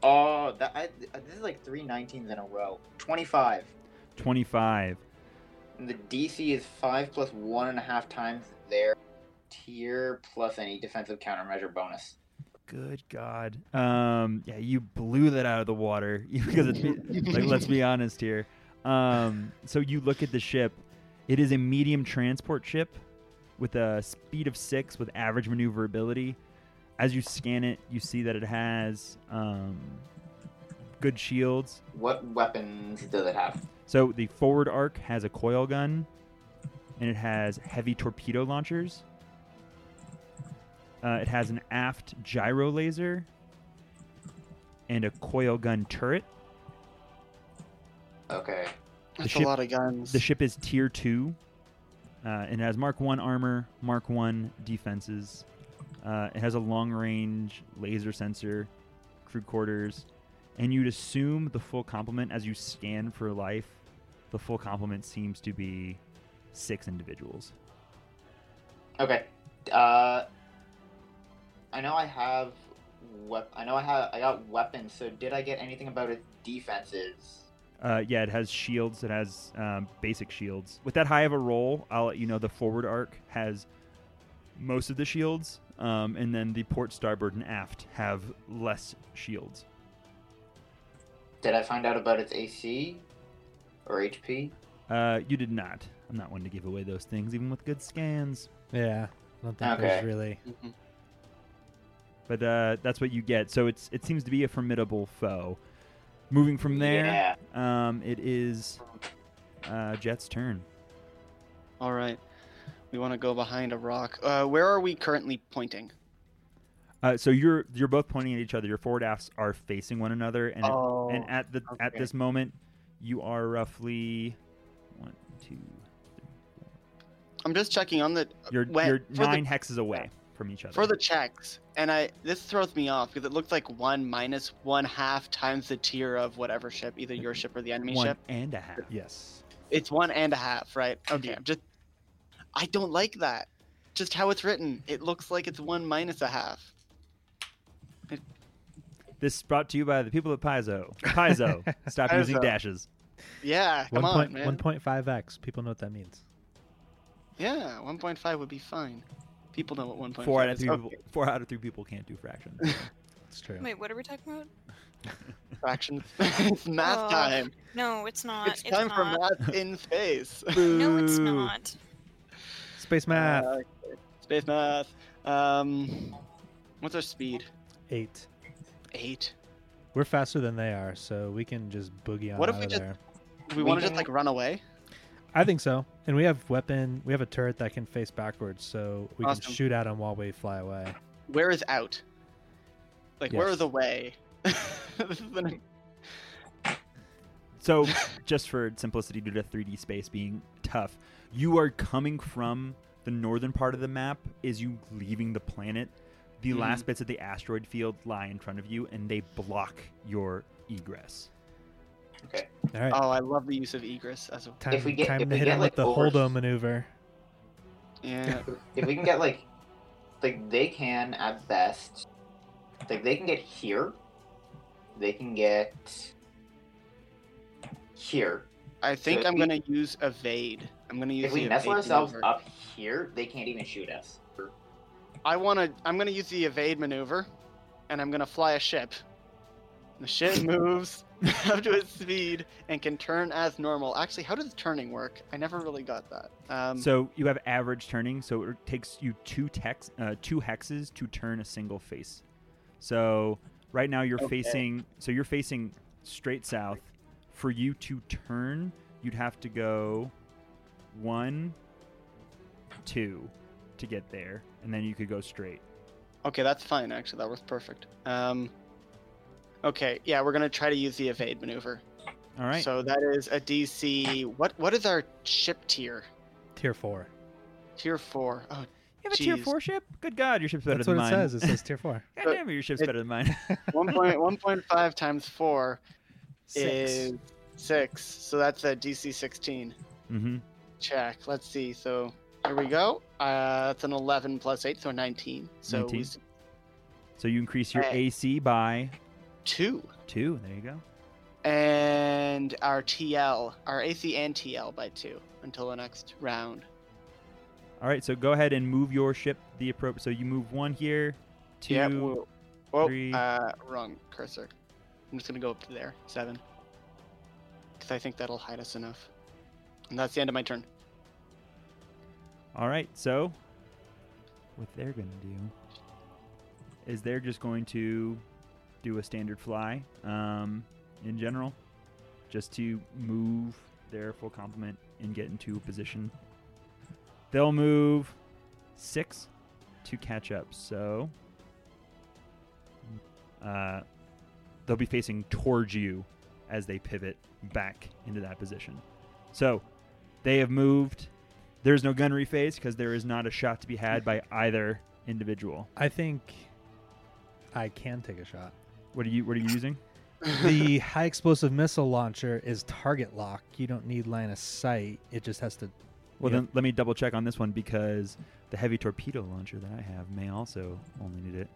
Oh, that I, this is like three 19s in a row. 25. 25. And the DC is 5 plus 1.5 times their tier plus any defensive countermeasure bonus. Good God. Um, yeah, you blew that out of the water because it's like let's be honest here. Um, so you look at the ship. It is a medium transport ship with a speed of six with average maneuverability. As you scan it, you see that it has um, good shields. What weapons does it have? So the forward arc has a coil gun, and it has heavy torpedo launchers. Uh, it has an aft gyro laser and a coil gun turret. Okay. That's ship- a lot of guns. The ship is tier two, uh, and it has Mark One armor, Mark One defenses. Uh, it has a long-range laser sensor, crude quarters, and you'd assume the full complement as you scan for life. The full complement seems to be six individuals. Okay. Uh, I know I have. Wep- I know I have. I got weapons. So did I get anything about its defenses? Uh, yeah, it has shields. It has um, basic shields. With that high of a roll, I'll let you know the forward arc has most of the shields, um, and then the port, starboard, and aft have less shields. Did I find out about its AC or HP? Uh, you did not. I'm not one to give away those things, even with good scans. Yeah. I don't think there's Okay. really. Mhm. But uh, that's what you get. So it's it seems to be a formidable foe. Moving from there, Yeah. um, it is uh, Jet's turn. All right. We want to go behind a rock. Uh, where are we currently pointing? Uh, so you're you're both pointing at each other. Your forward afts are facing one another, and it oh, and at the at okay. this moment, you are roughly one, two. I'm just checking on the You're Uh, Wait, you're for the- nine hexes away from each other. for the checks, and I this throws me off because it looks like one minus one half times the tier of whatever ship, either your ship or the enemy one ship. and a half. Yes. It's one and a half, right? Okay, I'm just. I don't like that. Just how it's written. It looks like it's one minus a half. This is brought to you by the people at Paizo. Paizo, stop using Paizo. dashes. Yeah, come on, man. 1.5x. People know what that means. Yeah, 1.5 would be fine. People know what 1.5 Four out of is. three. Okay, People, four out of three people can't do fractions. It's true. Wait, what are we talking about? fractions. it's math Oh, time. No, it's not. It's time for not. math in space. No, it's Boo. not. Space math. Uh, space math. Um, what's our speed? Eight. Eight. We're faster than they are, so we can just boogie on What if out we of just- there. We We want to just don't- like run away. I think so. And we have weapon. We have a turret that can face backwards, so we Awesome. can shoot at them while we fly away. Where is out? Like where Yes. is away? this is an, So, just for simplicity, due to 3D space being tough, you are coming from the northern part of the map. Is you leaving the planet? The Mhm. last bits of the asteroid field lie in front of you, and they block your egress. All right. oh, I love the use of egress as a Time, If we get- time if to we hit get, him like, with the over- holdo maneuver. yeah. if we can get like, like they can at best, like they can get here, they can get here. I think if I'm we- gonna use evade. I'm gonna use If we the mess evade ourselves maneuver. up here, they can't even shoot us. I want to. I'm going to use the evade maneuver, and I'm going to fly a ship. The ship moves up to its speed and can turn as normal. Actually, how does turning work? I never really got that. Um, so you have average turning, so it takes you two tex, uh, two hexes to turn a single face. So right now you're Okay. facing, so you're facing straight south. For you to turn, you'd have to go one, two, to get there, and then you could go straight. okay, that's fine. Actually, that works perfect. Um, okay, yeah, we're going to try to use the evade maneuver. All right. So that is a DC. What What is our ship tier? Tier four. Tier four. Oh, you have a tier geez. four ship? Good God, your ship's better That's than what it mine. says. It says tier four. God damn it, your ship's It- better than mine. 1.1.5 times four Six. is six. So that's a DC 16. Mm-hmm. check. Let's see. So here we go. Uh, that's an 11 plus 8, so 19. So 19. we So you increase your Hey. AC by two. two. There you go. And our TL, our AC and TL by two until the next round. All right, so go ahead and move your ship the appropriate. So you move one here, two, Yeah, we'll, Oh, Three. uh, wrong cursor. I'm just gonna go up to there, seven, because I think that'll hide us enough. And that's the end of my turn. All right, so what they're going to do is they're just going to do a standard fly um, in general, just to move their full complement and get into position. They'll move six to catch up, so uh, they'll be facing towards you as they pivot back into that position. So they have moved there's no gunnery phase because there is not a shot to be had by either individual. I think I can take a shot. What are you What are you using? The high explosive missile launcher is target lock. You don't need line of sight. It just has to. Well, Yeah. then let me double check on this one because the heavy torpedo launcher that I have may also only need it.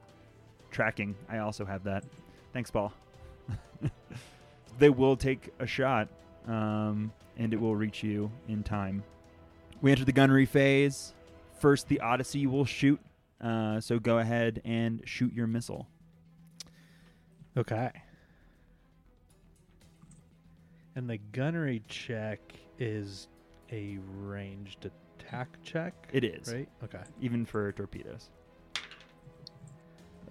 Tracking, I also have that. Thanks, Paul. they will take a shot, um, and it will reach you in time. We enter the gunnery phase. First, the Odyssey will shoot. Uh, so go ahead and shoot your missile. Okay. And the gunnery check is a ranged attack check. It is right. Okay. even for torpedoes.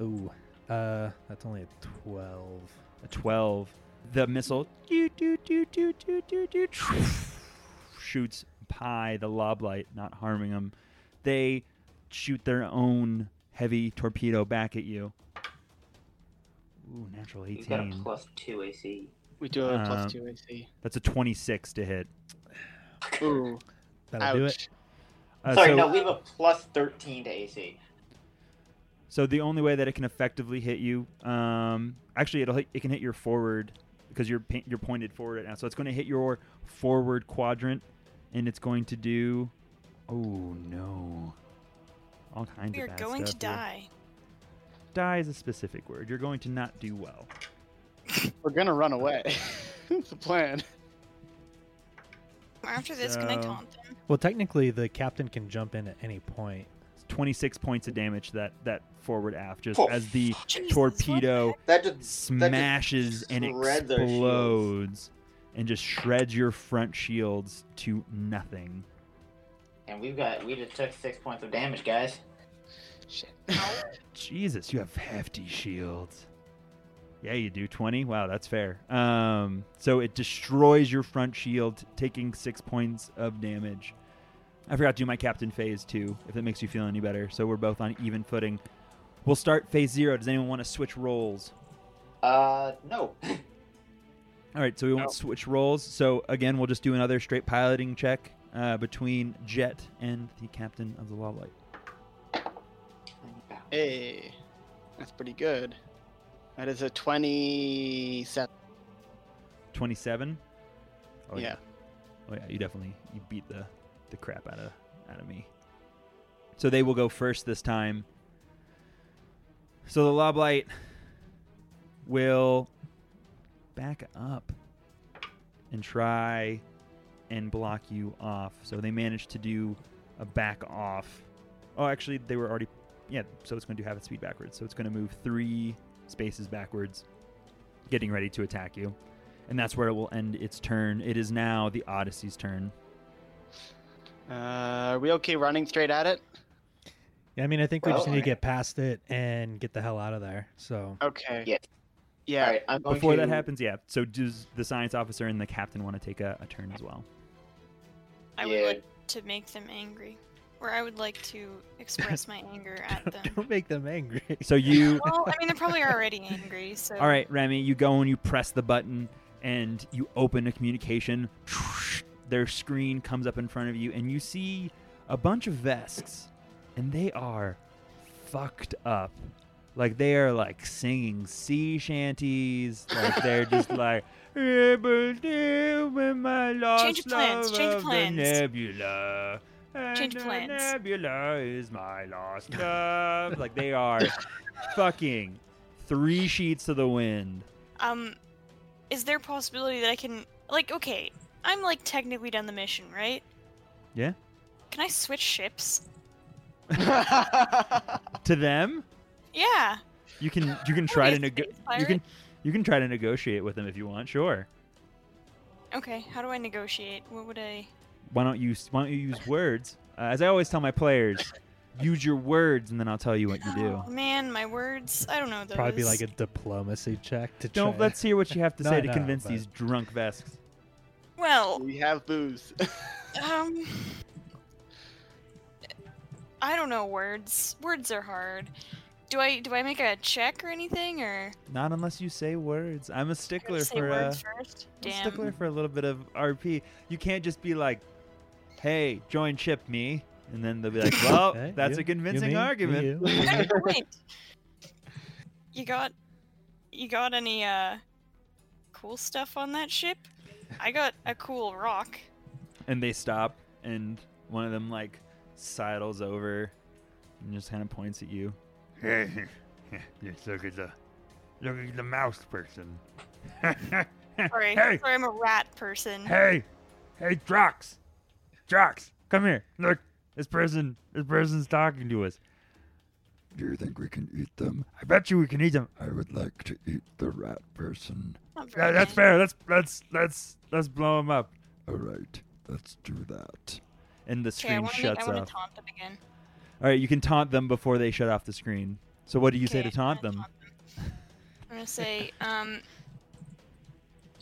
Ooh. Uh, that's only a twelve. a 12. The missile doo, doo, doo, doo, doo, doo, doo, shoots Pi, the loblite, not harming him. They shoot their own heavy torpedo back at you. Ooh, natural You've got a 18. plus two AC. We do have a Um, plus two AC. That's a 26 to hit. Ooh, That'll ouch. do it. Uh, Sorry, so, no, we have a plus thirteen to AC. so the only way that it can effectively hit you, um, actually, it'll hit, it can hit your forward because you're pa- you're pointed forward right now. So it's going to hit your forward quadrant, and it's going to do. Oh no! All kinds We of are bad going to stuff here. die. Die is a specific word. You're going to not do well. We're gonna run away. That's the plan. After this, can I So- taunt them? Well, technically, the captain can jump in at any point. It's 26 points of damage to that that forward aft just Oh, as the Jesus, torpedo what That just smashes and shreds our shields. explodes and just shreds your front shields to nothing. and we've got we just took six points of damage, guys. Shit. Jesus, you have hefty shields. Yeah, you do 20. Wow, that's fair. Um, so it destroys your front shield, taking six points of damage. I forgot to do my captain phase too, if that makes you feel any better. So we're both on even footing. We'll start phase zero. Does anyone want to switch roles? Uh, no. All right, so we won't No. switch roles. So again, we'll just do another straight piloting check uh, between Jet and the captain of the Lawlight. Hey, that's pretty good. That is a twenty-seven. 27. Oh, yeah. Oh yeah, you definitely you beat the the crap out of out of me. So they will go first this time. So the Loblite will back up and try and block you off. So they managed to do a back off. Oh, actually, they were already. Yeah, so it's going to do half its speed backwards. So it's going to move three spaces backwards, getting ready to attack you. And that's where it will end its turn. It is now the Odyssey's turn. Uh, are we okay running straight at it? Yeah, I mean, I think we just Well, need to get past it and get the hell out of there. So Okay. Yes. Yeah. All right, I'm going Before that to- happens, yeah. So does the science officer and the captain want to take a, a turn as well? I Yeah. would like to make them angry, or I would like to express my anger at them. don't make them angry. So you, well, I mean, they're probably already angry, so. all right, Remy, you go and you press the button and you open a communication. Their screen comes up in front of you and you see a bunch of Vesks, and they are fucked up. Like they are like singing sea shanties. Like they're just like. "Rebel deal with my lost Change of plans, love change of of the plans." Nebula. And Change the plans. Nebula is my lost love. like they are fucking three sheets to the wind. Um, is there a possibility that I can like okay, I'm like technically done the mission, right? Yeah. Can I switch ships? To them, Yeah. You can you can try to Maybe a neg- space you pirate? can you can try to negotiate with them if you want. Sure. Okay, how do I negotiate? What would I? Why don't you why don't you use words? Uh, as I always tell my players, use your words, and then I'll tell you what you do. Oh, man, my words. I don't know those. Probably be like a diplomacy check to Don't try- let's hear what you have to No, say I to know, convince but- these drunk vesks. Well, We have booze. um, I don't know words. Words are hard. Do I do I make a check or anything or Not unless you say words. I'm a I gotta stickler say for uh, words first? I'm a Damn. stickler for a little bit of RP. You can't just be like, "Hey, join ship me," and then they'll be like, "Well, Hey, that's you- a you, convincing me, me, argument." you. Good point. You got you got any uh cool stuff on that ship? I got a cool rock. And they stop, and one of them like sidles over and just kind of points at you. Just look at the look at the mouse person. Sorry, Hey! sorry, I'm a rat person. hey, hey, Drox, Drox, come here. Look, this person, this person's talking to us. Do you think we can eat them? I bet you we can eat them. I would like to eat the rat person. Not very Yeah, that's nice. fair. Let's let's let's let's blow him up. All right, let's do that. And the Okay, I screen want to shuts I want off. to taunt them again. All right, you can taunt them before they shut off the screen. So what do you say Okay, to taunt I'm gonna them? I'm gonna say, um,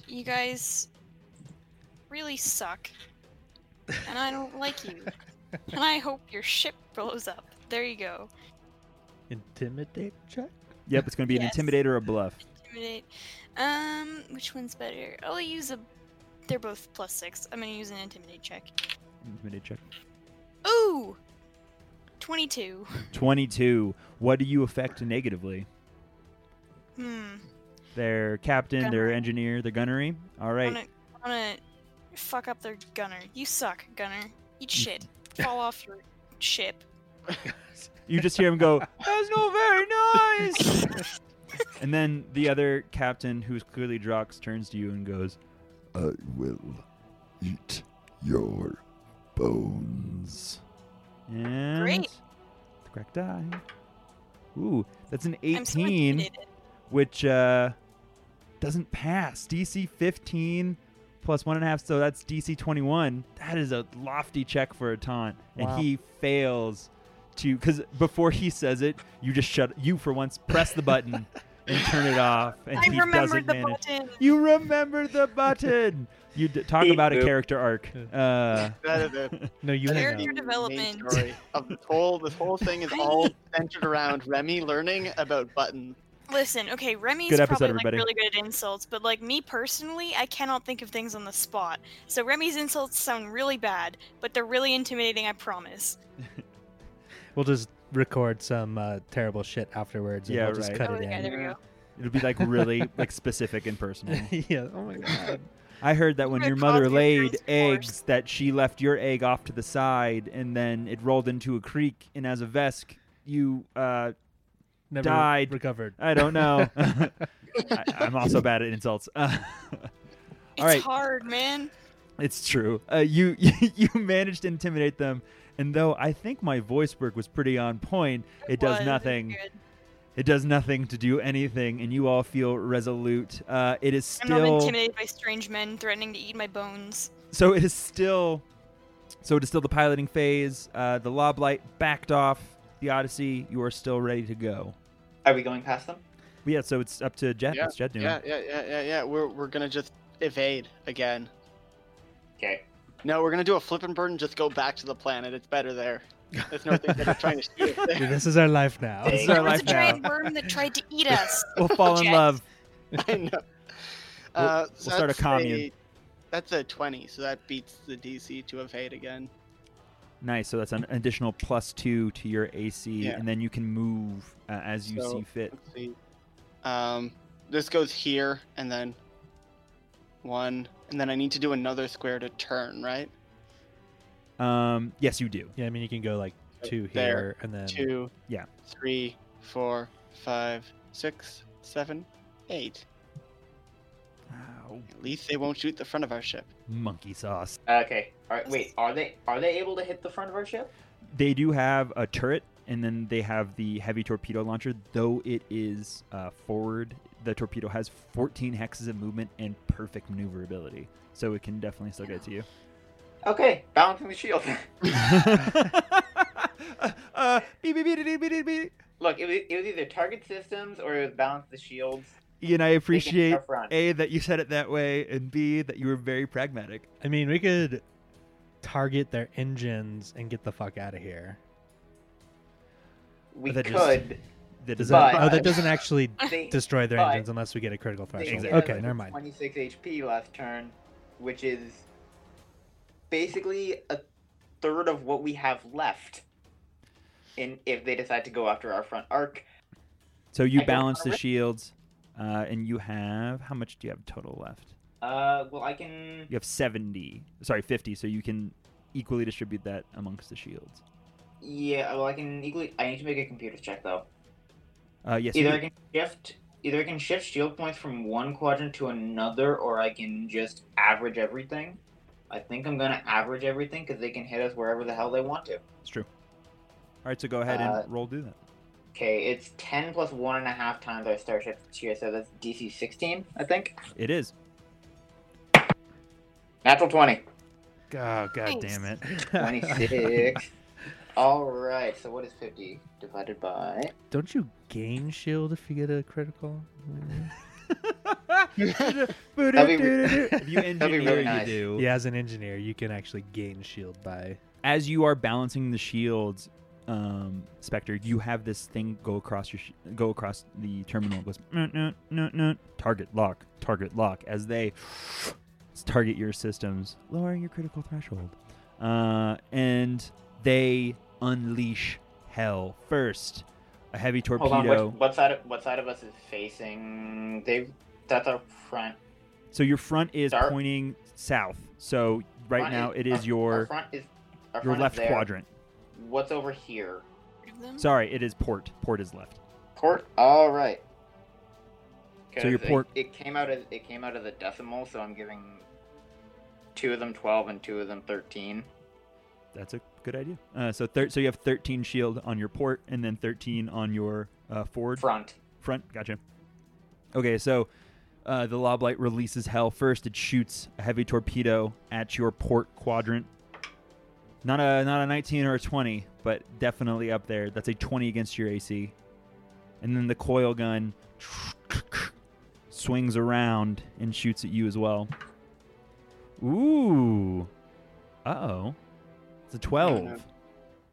you guys really suck, and I don't like you, and I hope your ship blows up. There you go. Intimidate check. Yep, it's going to be Yes. an intimidate or a bluff. Intimidate. Um, which one's better? I'll use a. They're both plus six. I'm gonna use an intimidate check. Intimidate check. Ooh, twenty-two. 22. What do you affect negatively? Hmm. Their captain, their Gunnery. engineer, the gunnery. All right. I'm gonna fuck up their gunner. You suck, gunner. Eat shit. Fall off your ship. You just hear him go, That's not very nice. and then the other captain, who's clearly Drox, turns to you and goes, I will eat your bones. and The crack die. Ooh, that's an I'm so 18, intimidated. which uh, doesn't pass. DC 15 plus one and a half, so that's DC 21. That is a lofty check for a taunt. And Wow. he fails to, because before he says it, you just shut, you for once press the button and turn it off. And I he doesn't remembered the manage. button. You remember the button. You d- talk Beep, about a boop. character arc. Uh, that is a No, you Character know. main development. story of this whole this whole thing is all centered around Remy learning about buttons. Listen, okay, Remy's Good episode, probably everybody. like really good at insults, but like me personally, I cannot think of things on the spot. So Remy's insults sound really bad, but they're really intimidating, I promise. We'll just record some uh, terrible shit afterwards. And Yeah, we'll just right. cut Oh, it yeah, in. there we go. it'll be like really like specific and personal. yeah. Oh my god. I heard that when Gonna your cause mother your laid parents' eggs, divorce. that she left your egg off to the side, and then it rolled into a creek. And as a vesk, you uh, Never Died. Recovered. I don't know. I, I'm also bad at insults. Uh, It's All right. hard, man. It's true. Uh, you you managed to intimidate them, and though I think my voice work was pretty on point, it was, does was nothing. good. It does nothing to do anything, and you all feel resolute. Uh, it is I'm not still intimidated by strange men threatening to eat my bones. so. It is still so. It is still the piloting phase. Uh, the lob light backed off. The Odyssey. You are still ready to go. Are we going past them? But yeah. So it's up to Jet. What's Jet doing? Yeah, yeah, yeah, yeah, yeah. We're we're gonna just evade again. Okay. No, we're gonna do a flip and burn and just go back to the planet. It's better there. There's no thing that are trying to shoot us Dude, there. this is our life now. This is there our was life a now. giant worm that tried to eat us. We'll fall in Jet. love. I know. Uh, so we'll start a that's commune. that's a 20, so that beats the DC to evade again. Nice. So that's an additional plus two to your AC, Yeah. and then you can move uh, as you So- see fit. Let's see. Um, this goes here, and then one, and then I need to do another square to turn, right? Um, yes, you do. Yeah, I mean you can go like two There. here and then Two, Yeah. three, four, five, six, seven, eight. Ow, At least they won't shoot the front of our ship. monkey sauce. Okay. All right. Wait. Are they are they able to hit the front of our ship? They do have a turret and then they have the heavy torpedo launcher. Though it is uh, forward, the torpedo has 14 hexes of movement and perfect maneuverability, so it can definitely still get to you. Okay, balancing the shield. uh, beep, beep, beep, beep, beep, beep, beep. Look, it was, it was either target systems or it was balance the shields. Ian, I Making appreciate tough run. a that you said it that way, and b that you were very pragmatic. I mean, we could target their engines and get the fuck out of here. We that could. just- Does That does that, But- oh, that doesn't actually They, destroy their but- engines unless we get a critical they threshold. gave Exactly. Okay, us never mind. 26 HP last turn, which is basically a third of what we have left. In if they decide to go after our front arc, so you I don't balance wanna the risk- shields, uh, and you have how much do you have total left? uh, well, I can. You have 70, sorry, 50. So you can equally distribute that amongst the shields. Yeah, well, I can equally. I need to make a computer check though. Uh, yes. you Either do. I can shift, either I can shift shield points from one quadrant to another, or I can just average everything. I think I'm gonna average everything because they can hit us wherever the hell they want to. It's true. All right, so go ahead and Uh, roll. Do that. Okay, it's ten plus one and a half times our starship cheer, so that's DC sixteen, I think. It is. Natural twenty. Oh god Nice. damn it! Twenty six. Alright, so what is fifty divided by Don't you gain shield if you get a critical? That'd be re- if you be engineer, really you nice. do. Yeah, as an engineer, you can actually gain shield by. as you are balancing the shields, um, Spectre, you have this thing go across your sh- go across the terminal. It goes no no no no target lock target lock as they target your systems, lowering your critical threshold, uh, and they unleash hell first. A heavy torpedo. Hold on, what, what side of what side of us is facing they that's our front So your front is Start. pointing south. So right front now it our- is our your front is our your front is left there. quadrant. What's over here? Them? Sorry, it is port. Port is left. Port. All right. So your 'Cause port- It, it came out of it came out of the decimal, so I'm giving two of them twelve and two of them thirteen. That's a good idea. Uh, so thir- so you have 13 shield on your port and then 13 on your uh, forward Front. front. Gotcha. Okay, so uh, the loblight releases hell. First, it shoots a heavy torpedo at your port quadrant. Not a not a 19 or a 20, but definitely up there. That's a 20 against your AC. And then the coil gun swings around and shoots at you as well. Ooh. Uh-oh. It's a 12. no.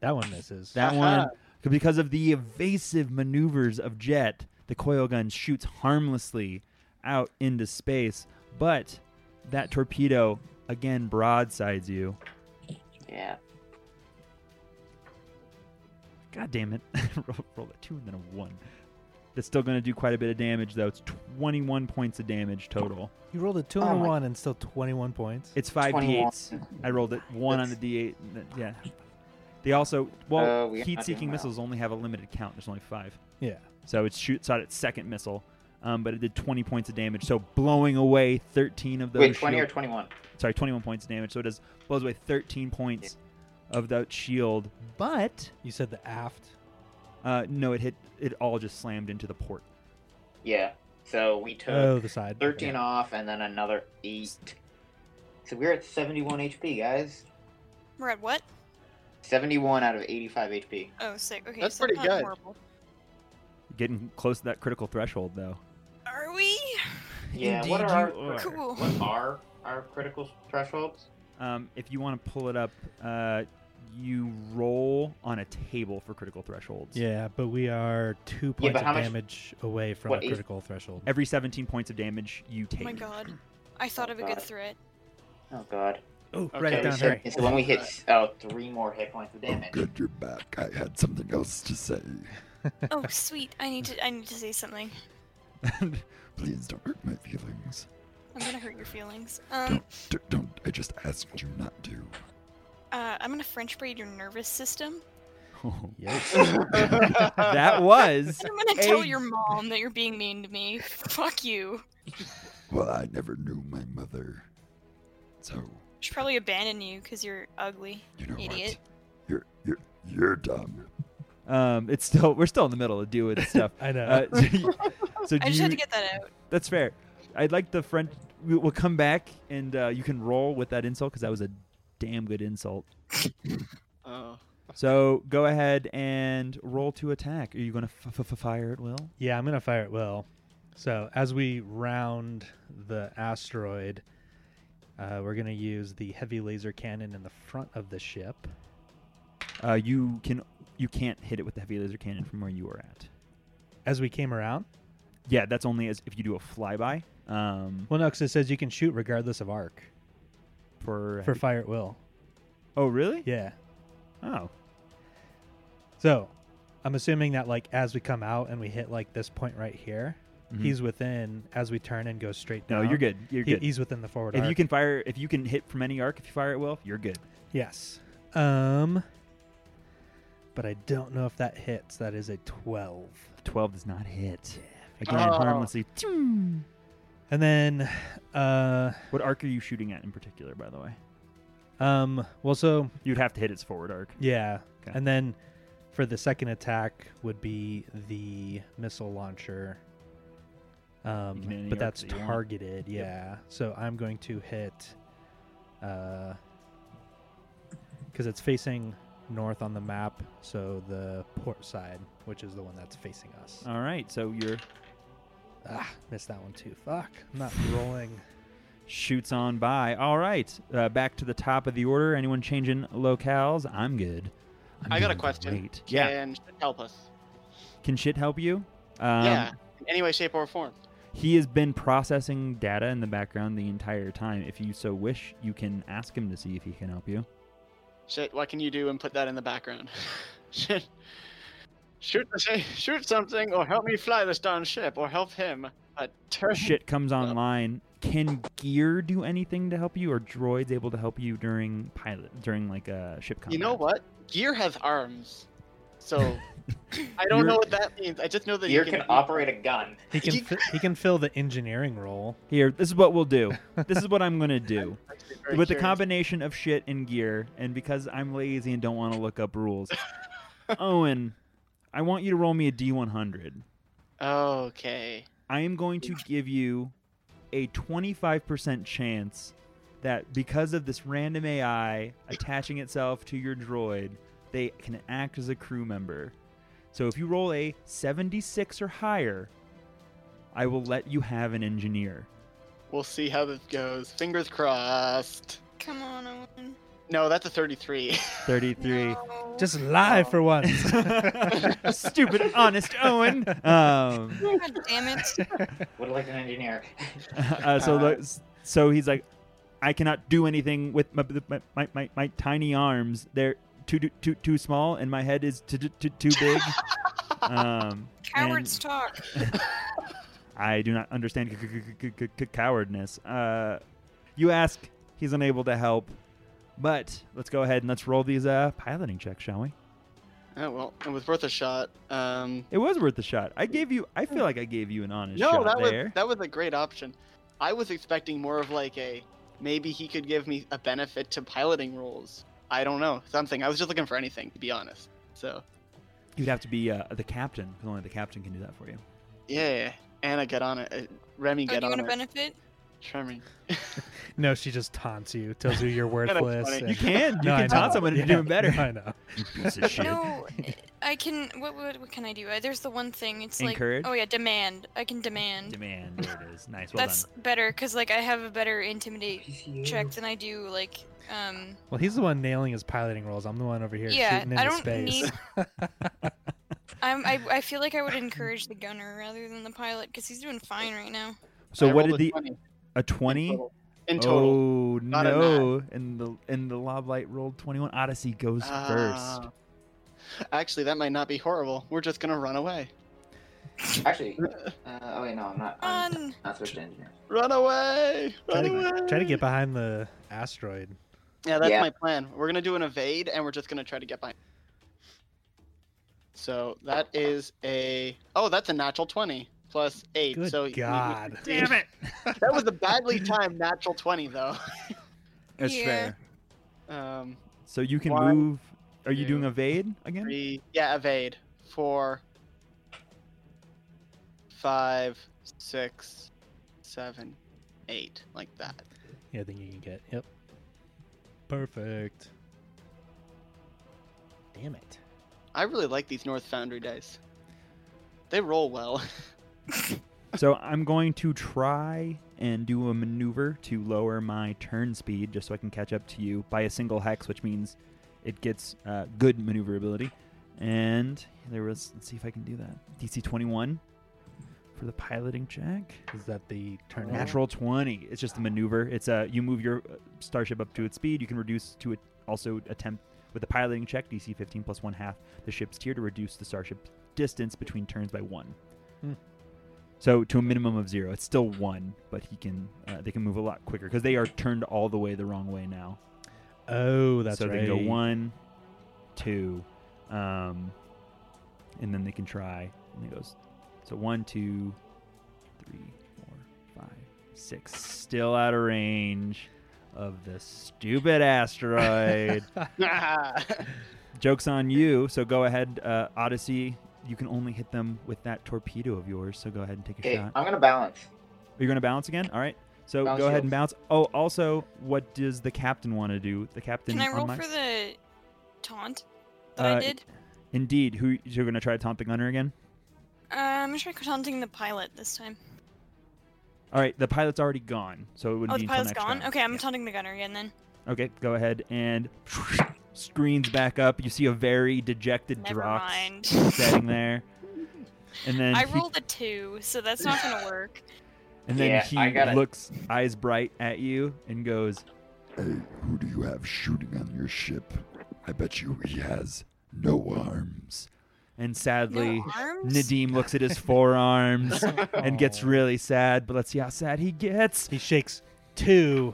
That one misses. That Aha. one, because of the evasive maneuvers of Jet, the coil gun shoots harmlessly out into space, but that torpedo again broadsides you. Yeah. God damn it. roll, roll a two and then a one. That's still going to do quite a bit of damage, though. It's 21 points of damage total. you rolled a two Oh and a my- one and still 21 points. It's five 21. d8s. I rolled it one on the d8. and then- Yeah. They also, Uh, well, we are not doing heat seeking well. missiles only have a limited count. There's only five. yeah. So it shoots out its second missile, um, but it did 20 points of damage. So blowing away 13 of those. Wait, twenty or shield- twenty-one. sorry, 21 points of damage. So it does blows away 13 points of that shield, but You said the aft. uh, no, it hit. It all just slammed into the port. Yeah. So we took Oh, the side. thirteen Okay. off, and then another eight. So we're at seventy-one HP, guys. We're at what? Seventy-one out of eighty-five HP. Oh, sick. Okay, That's so pretty not good. Horrible. Getting close to that critical threshold, though. Are we? Yeah. Indeed what are our you are. Cool. what are our critical thresholds? Um, if you want to pull it up, uh, you roll on a table for critical thresholds. Yeah, but we are two Yeah, points but how of much- damage away from what a is- critical threshold. Every 17 points of damage you Oh take. my god. I thought of a good God. threat. Oh God. Oh, Okay, write it we down. said- Hurry. And so when we hit s- oh three more hit points of Oh, damage. good, you're back. I had something else to say. Oh, sweet. I need to. I need to say something. Please don't hurt my feelings. I'm gonna hurt your feelings. Um, D- don't. I just asked you not to. uh, I'm gonna French braid your nervous system. that was And I'm gonna tell Hey. your mom that you're being mean to me. Fuck you. Well, I never knew my mother. So She probably abandoned you because you're ugly. you know Idiot. what? You're you're you're dumb. Um, it's still we're still in the middle of doing stuff. I know. Uh, so you- so do I just you, had to get that out. that's fair. I'd like the French. we- We'll come back and uh, you can roll with that insult because that was a damn good insult. Oh. So go ahead and roll to attack. Are you going to f- f- fire at will? Yeah, I'm gonna fire at will. So as we round the asteroid, uh, we're gonna use the heavy laser cannon in the front of the ship. Uh, you can you can't hit it with the heavy laser cannon from where you were at. As we came around, Yeah, that's only as if you do a flyby. Um, well, no, 'cause it says you can shoot regardless of arc for, for fire at will. oh really? Yeah. Oh So I'm assuming that like as we come out and we hit like this point right here, Mhm. he's within. As we turn and go straight no, down, you're good. You're he- good. He's within the forward. if arc. you can fire, if you can hit from any arc, if you fire at will, you're good. Yes. Um. But I don't know if that hits. That is a twelve. Twelve does not hit. Again, Oh. harmlessly. And then, uh, What arc are you shooting at in particular, by the way? um, well, so You'd have to hit its forward arc. yeah, Okay. and then for the second attack would be the missile launcher. You can hit Um, any but arc that's that you want. targeted, yeah. So I'm going to hit, uh, because it's facing north on the map, so the port side, which is the one that's facing us. All right, so your Ah, missed that one too. Fuck, I'm not rolling. shoots on by. All right, uh, back to the top of the order. Anyone changing locales? I'm good. I'm I got a doing question. great. Yeah. Can shit help us. Can shit help you? Um, yeah. In any way, shape, or form. He has been processing data in the background the entire time. If you so wish, you can ask him to see if he can help you. Shit, what can you do and put that in the background? shit. Shoot, the sa- shoot something or help me fly this darn ship or help him. But turn Shit comes Uh, online. Can gear do anything to help you, or droids able to help you during pilot during like a ship combat? You know what? Gear has arms. So I don't know what that means. I just know that he Gear can operate a gun. He can He- fi- he can fill the engineering role. Here, this is what we'll do. This is what I'm gonna do. I'm actually very with the curious. combination of shit and gear, and because I'm lazy and don't want to look up rules, Owen, I want you to roll me a D100. Okay. I am going to give you a 25% chance that because of this random AI attaching itself to your droid, they can act as a crew member. So if you roll a 76 or higher, I will let you have an engineer. We'll see how this goes. Fingers crossed. Come on, Owen. No, that's a 33. 33. No. Oh. Just lie for once. Stupid, honest Owen. Um, God damn it. Would like an engineer. uh, so Uh, the, so he's like, I cannot do anything with my my, my, my, my tiny arms. They're too too too, too small, and my head is too too, too- too big. um, Cowards and talk. I do not understand c- c- c- c- c- cowardness. Uh, you ask, he's unable to help. But let's go ahead and let's roll these uh, piloting checks, shall we? oh, well, it was worth a shot. Um, It was worth a shot. I gave you. I feel like I gave you an honest no, shot that there. was that was a great option. I was expecting more of like a maybe he could give me a benefit to piloting rules. I don't know something. I was just looking for anything to be honest. So You'd have to be uh, the captain, 'cause only the captain can do that for you. yeah, Anna, get on it. Uh, Remy, Oh, do get you on want a it. benefit? Tremor. no, she just taunts you, tells you you're worthless. funny. and- You can. You No, I can taunt know. someone into Yeah, doing better. no, I know. piece of shit. No, I can. What, what what can I do? Uh, There's the one thing. It's like. Encourage? Oh yeah, demand. I can demand. Demand. There it is. Nice. Well That's better because like I have a better intimidate PCU. check than I do like um. Well, he's the one nailing his piloting roles. I'm the one over here Yeah, shooting into I don't space. need- I'm, I I feel like I would encourage the gunner rather than the pilot because he's doing fine right now. done. So I what rolled did the a 20 a twenty? in total? Oh Not a no! And the and the lob light rolled twenty one. Odyssey goes first. Ah. Actually, that might not be horrible. We're just gonna run away. Actually, uh, oh wait, no, I'm not. Um, I'm Run! not switched to engineer. Run away! Try Run to, away! try to get behind the asteroid. Yeah, that's Yeah. my plan. We're gonna do an evade, and we're just gonna try to get by. So that is a oh, that's a natural twenty plus eight. Good so God. damn it! that was a badly timed natural twenty, though. That's Yeah. fair. Um, So you can One. move Are you doing evade again? Three, yeah, evade. Four, five, six, seven, eight, like that. Yeah, I think you can get. Yep. Perfect. Damn it. I really like these North Foundry dice. They roll well. So I'm going to try and do a maneuver to lower my turn speed just so I can catch up to you by a single hex, which means it gets uh, good maneuverability. And there was, let's see if I can do that. DC 21 for the piloting check. Is that the turn? roll? Oh. Natural 20. It's just a maneuver. It's a you move your uh, starship up to its speed. You can reduce to it. Also attempt with the piloting check DC 15 plus one half the ship's tier to reduce the starship's distance between turns by one. Hmm. So to a minimum of zero. It's still one, but he can uh, they can move a lot quicker because they are turned all the way the wrong way now. Oh, that's so right. they can go one, two, um, and then they can try. And it goes so one, two, three, four, five, six. Still out of range of the stupid asteroid. Joke's on you. So go ahead, uh, Odyssey. You can only hit them with that torpedo of yours. So go ahead and take a Okay, shot. I'm gonna balance. Are you going to bounce again? All right. So Bounce go ahead and bounce. shields. Oh, also, what does the captain want to do? The captain. Can I on roll my- for the taunt that I Uh, did? Indeed. Who you're going to try to taunt the gunner again? Uh, I'm just taunting the pilot this time. All right. The pilot's already gone, so it wouldn't Oh, be the until pilot's next gone. round. Okay, I'm Yeah. taunting the gunner again then. Okay, go ahead and screens back up. You see a very dejected Never Drox mind. standing there, and then I he, rolled a two, so that's not gonna work. and then Yeah, he I gotta- looks eyes bright at you and goes, Hey, who do you have shooting on your ship? I bet you he has no arms. and sadly, No arms? Nadim looks at his forearms and gets Aw. really sad. But let's see how sad he gets. He shakes two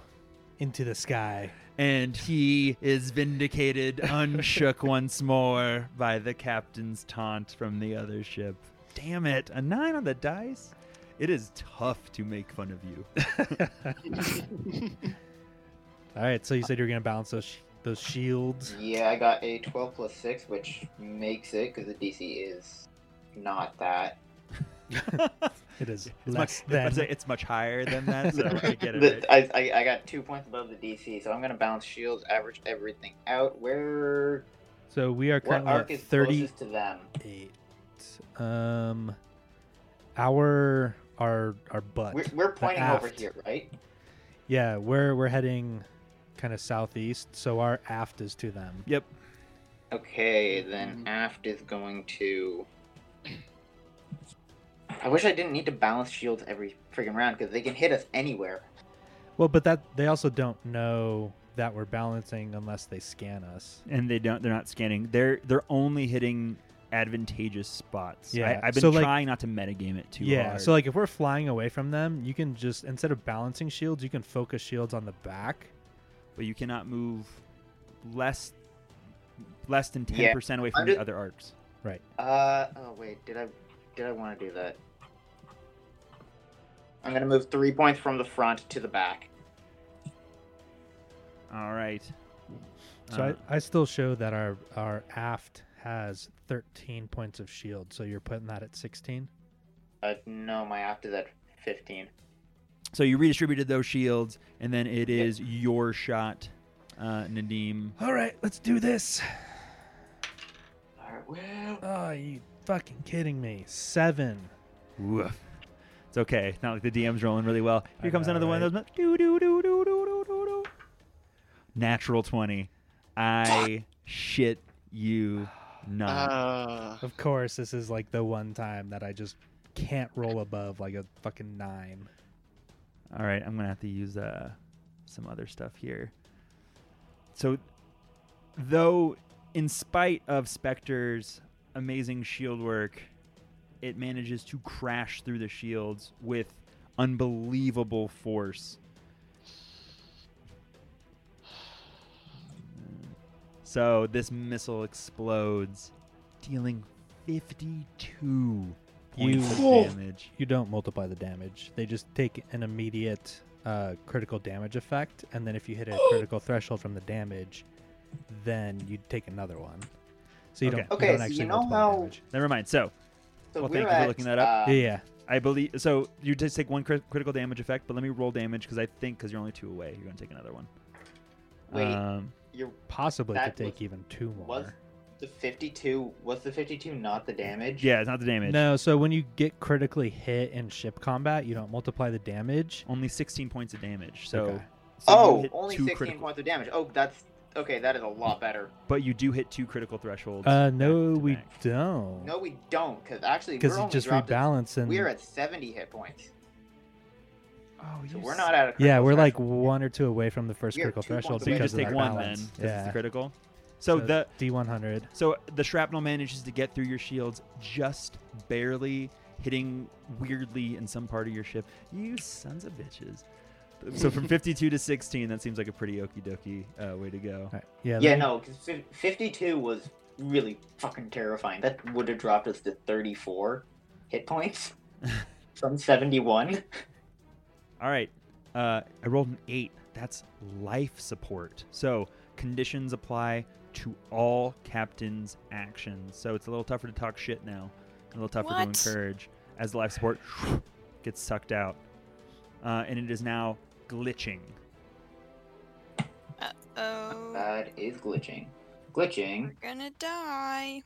into the sky. And he is vindicated, unshook once more by the captain's taunt from the other ship. Damn it, a nine on the dice? It is tough to make fun of you. All right. So you said you were gonna balance those sh- those shields. Yeah, I got a 12 plus 6, which makes it because the DC is not that. It is It's less much, I'd than. say it's much higher than that, so I get it. The- right. I, I, I got two points above the DC, so I'm gonna balance shields, average everything out. Where So we are what currently arc at is thirty closest to them? eight. Um, our our our butt. We're, we're pointing over aft. here, right? yeah, we're we're heading kind of southeast, so our aft is to them. Yep. Okay, then aft is going to. I wish I didn't need to balance shields every friggin' round because they can hit us anywhere. Well, but that they also don't know that we're balancing unless they scan us. And they don't they're not scanning. They're they're only hitting advantageous spots. Yeah, I, have been so, like- trying not to metagame it too yeah. hard. So like if we're flying away from them, you can just instead of balancing shields, you can focus shields on the back. but you cannot move less less than ten Yeah, percent away I'm from the just- other arcs. Uh oh wait, did I did I want to do that? I'm gonna move three points from the front to the back. All right. So Uh, I, I still show that our our aft has 13 points of shield. So you're putting that at 16. Uh, no, my aft is at 15. so you redistributed those shields, and then it is your shot, uh, Nadim. All right, let's do this. Alright, well. Oh, are you fucking kidding me? Seven. Woof. It's okay. Not like the DM's rolling really well. Here I comes know, another one of those. Do, do, do, do, do, do, do, do. Natural 20. I shit you not. uh, Of course, this is like the one time that I just can't roll above like a fucking nine. All right, I'm going to have to use uh, some other stuff here. So, though, in spite of Spectre's amazing shield work, it manages to crash through the shields with unbelievable force. So this missile explodes, dealing 52 points of You- damage. You don't multiply the damage. They just take an immediate uh, critical damage effect, and then if you hit a critical threshold from the damage, then you'd take another one. So you Okay. don't. you Okay, don't so you actually know roll that how- damage. Never mind. So So Well, we're thank you for at, looking that up. uh, Yeah, yeah. I believe so. You just take one crit- critical damage effect, but let me roll damage because I think because you're only two away, you're gonna take another one. Wait. Um, You're Possibly That could take was- even two more. was the 52 was the 52 not the damage? yeah, it's not the damage. No, so when you get critically hit in ship combat, you don't multiply the damage. Only 16 points of damage. So, Okay. so you Oh, hit only two 16 critical- points of damage. Oh, that's okay. That is a lot better. But you do hit two critical thresholds. Uh, back no, to we back. don't. No, we don't, because actually, Because we're you only just dropped it- rebalance and We're at 70 hit points, Oh, so you we're s- not at. A yeah, critical we're like threshold. one or two away from the first We are critical two points threshold. So you away because of just take that one then. balance. 'cause Yeah. It's the critical. So, the D one hundred. so the shrapnel manages to get through your shields just barely, hitting weirdly in some part of your ship. You sons of bitches. So from 52 to 16, that seems like a pretty okie dokie uh, way to go. Yeah. Yeah, that- no, 'cause fif- 52 was really fucking terrifying. That would have dropped us to 34 hit points from 71. All right. Uh, I rolled an eight. That's life support. So conditions apply to all captain's actions. So it's a little tougher to talk shit now, a little tougher What? to encourage as the life support gets sucked out. Uh, and it is now glitching. Oh, That is glitching. we're Glitching. gonna die.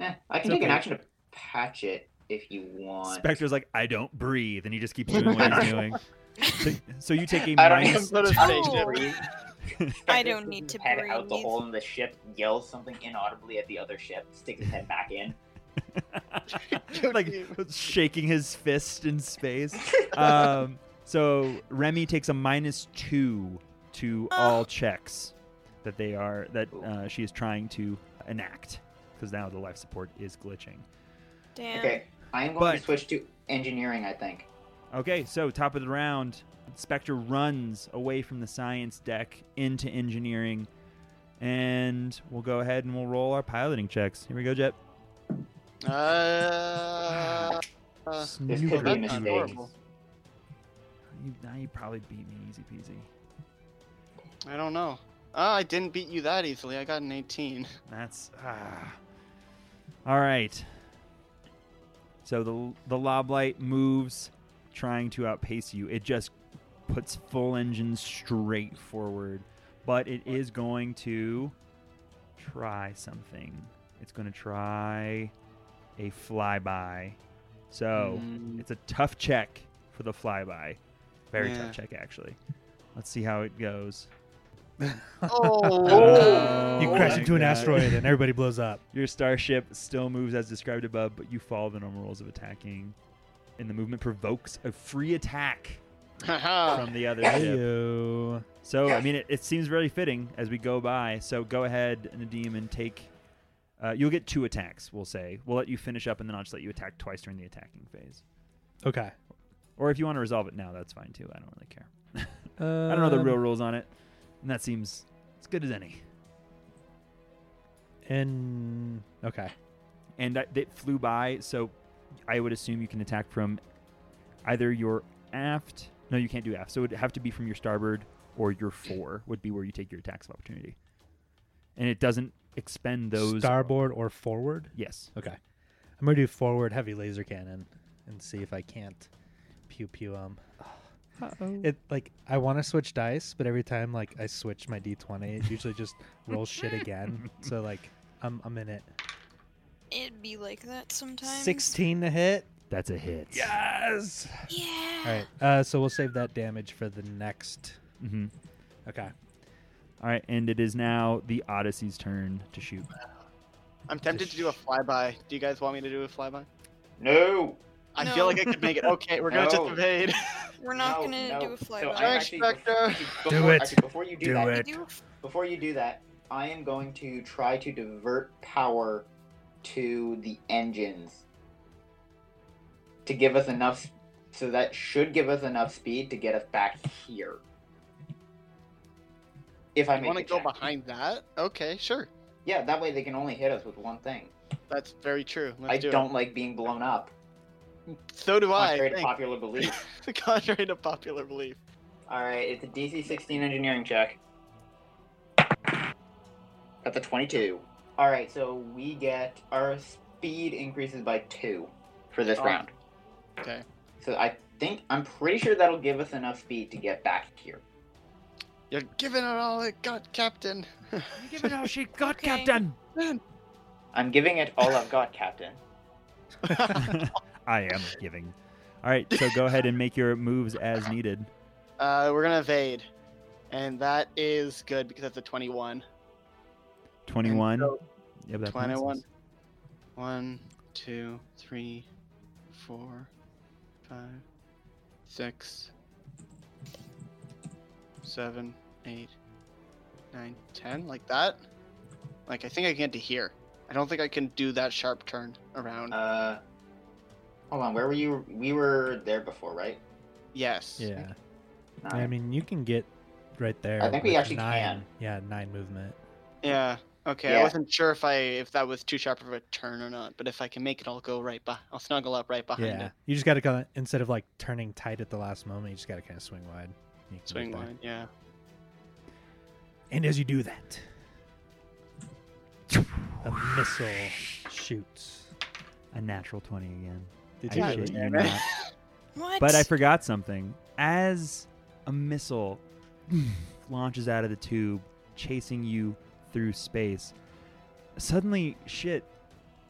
Eh, I It's can take an okay. action to patch it if you want. Spectre's like, I don't breathe. And he just keeps doing what he's doing. So, so you take a I don't minus. even minus I don't two. even breathe. I Spectre don't sticks need his to head out the breathe. hole in the ship, yells something inaudibly at the other ship, sticks his head back in. Don't like even- shaking his fist in space. um, so Remy takes a minus two to Ah. all checks that they are that uh, she is trying to enact because now the life support is glitching. Damn. Okay, I am going But- to switch to engineering. I think. Okay, so top of the round, Spectre runs away from the science deck into engineering, and we'll go ahead and we'll roll our piloting checks. Here we go, Jet. Uh, uh, This could be a that's mistake. horrible. You, now you probably beat me easy peasy. I don't know. Ah, I didn't beat you that easily. I got an 18. That's ah. All right. So the the lob light moves, trying to outpace you. It just puts full engine straight forward, but it is going to try something. It's going to try a flyby. So it's a tough check for the flyby. Very Yeah. tough check actually. Let's see how it goes. Oh. You Oh crash my into an God. asteroid and everybody blows up. Your starship still moves as described above, but you follow the normal rules of attacking. And the movement provokes a free attack Haha. from the other ship. Ayo. So, I mean, it, it seems very fitting as we go by. So, go ahead, Nadim, and take. Uh, you'll get two attacks, we'll say. We'll let you finish up, and then I'll just let you attack twice during the attacking phase. Okay. Or if you want to resolve it now, that's fine too. I don't really care. Um, I don't know the real rules on it, and that seems as good as any. And okay. and I- it flew by. So I would assume you can attack from either your aft. No, you can't do aft. So it would have to be from your starboard or your fore would be where you take your attacks of opportunity. And it doesn't expend those. starboard or forward. Yes. Okay. I'm gonna do forward heavy laser cannon and see if I can't pew pew 'em. It like I want to switch dice, but every time like I switch my d20, it usually just rolls shit again. So like I'm I'm in it. It'd be like that sometimes. 16 to hit. That's a hit. Yes. Yeah. All right. Uh, so we'll save that damage for the next. Mhm. Okay. All right. And it is now the Odyssey's turn to shoot. I'm tempted to do a flyby. Do you guys want me to do a flyby? No. I No. feel like I could make it. Okay, we're gonna just No. invade. We're not no, gonna no. do a So flyby. I'm actually- Spectre. before- Do it. actually, before you do, Do that, it. We do a f- Before you do that, I am going to try to divert power to the engines to give us enough. So that should give us enough speed to get us back here. If I You make want to the go check. behind that? Okay, sure. Yeah, that way they can only hit us with one thing. That's very true. Let's I do don't like being blown up. It. So do I. Contrary to thanks. popular belief. contrary to popular belief. All right, it's a DC 16 engineering check. That's a 22. All right, so we get our speed increases by two for this Oh. round. Okay. So I think I'm pretty sure that'll give us enough speed to get back here. You're giving it all it got, Captain. Give it all she got, Okay. Captain. I'm giving it all I've got, Captain. I am giving. All right, so go ahead and make your moves as needed. Uh, we're gonna evade, and that is good because that's a twenty-one. 21. so- Yep, that 21. passes. One, two, three, four, five, six, seven, eight, nine, ten, like that. Like I think I can get to here. I don't think I can do that sharp turn around. Uh, hold on. Where were you? We were there before, right? yes. Yeah. Nah. I mean, you can get right there. I think we with actually nine, can. Yeah, nine movement. Yeah. Okay. I Yeah. wasn't sure if I if that was too sharp of a turn or not, but if I can make it, I'll go right by. I'll snuggle up right behind yeah, it. you just got to kind of instead of like turning tight at the last moment, you just got to kind of swing wide. You can Swing make that. wide. Yeah. And as you do that, a missile shoots. A natural 20 again. Did I you God shit really? you damn not. it. What? But I forgot something. As a missile launches out of the tube, chasing you through space, suddenly shit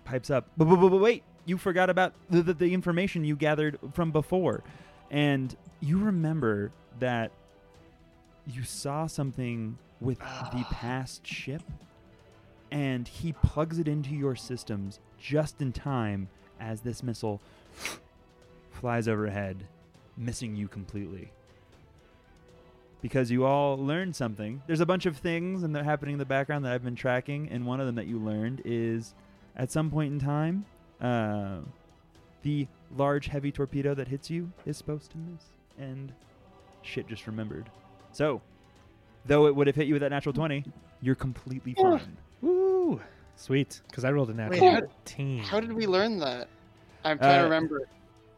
pipes up. But wait, you forgot about the, the, the information you gathered from before. And you remember that you saw something with the past ship, and he plugs it into your systems just in time as this missile flies overhead, missing you completely. Because you all learned something. There's a bunch of things and they're happening in the background that I've been tracking, and one of them that you learned is at some point in time, uh, the large heavy torpedo that hits you is supposed to miss, and shit just remembered. So, though it would have hit you with that natural 20, you're completely fine. Woo! Sweet, because I rolled a natural how- 18. How did we learn that? I'm trying Uh, to remember.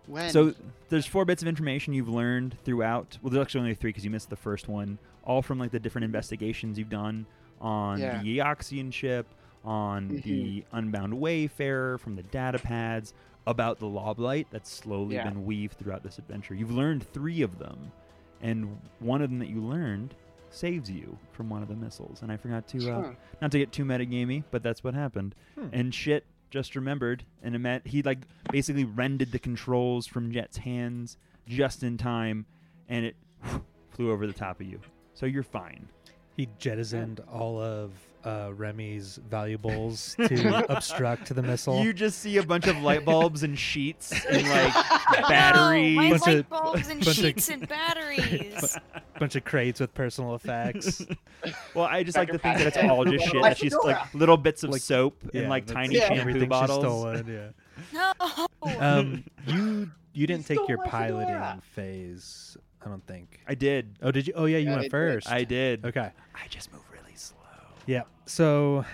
When? So there's four bits of information you've learned throughout. Well, there's actually only three because you missed the first one. All from like the different investigations you've done on Yeah. Mm-hmm. the Eoxian ship, on the Unbound Wayfarer, from the data pads, about the Loblight that's slowly Yeah. been weaved throughout this adventure. You've learned three of them, and one of them that you learned saves you from one of the missiles. And I forgot to uh, Huh. not to get too metagamey, but that's what happened. Hmm. And shit just remembered, and it meant he like basically rended the controls from Jet's hands just in time, and it flew over the top of you. So you're fine. He jettisoned all of uh, Remy's valuables to obstruct the missile. You just see a bunch of light bulbs and sheets and like No, batteries. mine's Bunch light of- bulbs and bunch of- sheets and batteries. bunch of crates with personal effects. well, I just like to think that it's Patrick. all just shit. That she's like little bits of Like- soap and Yeah, like that's- tiny Yeah. shampoo everything She bottles. stolen, yeah. no. Uh, um, you you didn't take stole your my fedora. piloting phase, I don't think. I did. Oh, did you? Oh, yeah, you Yeah, I went did. first. I did. Okay. I just move really slow. Yeah. So,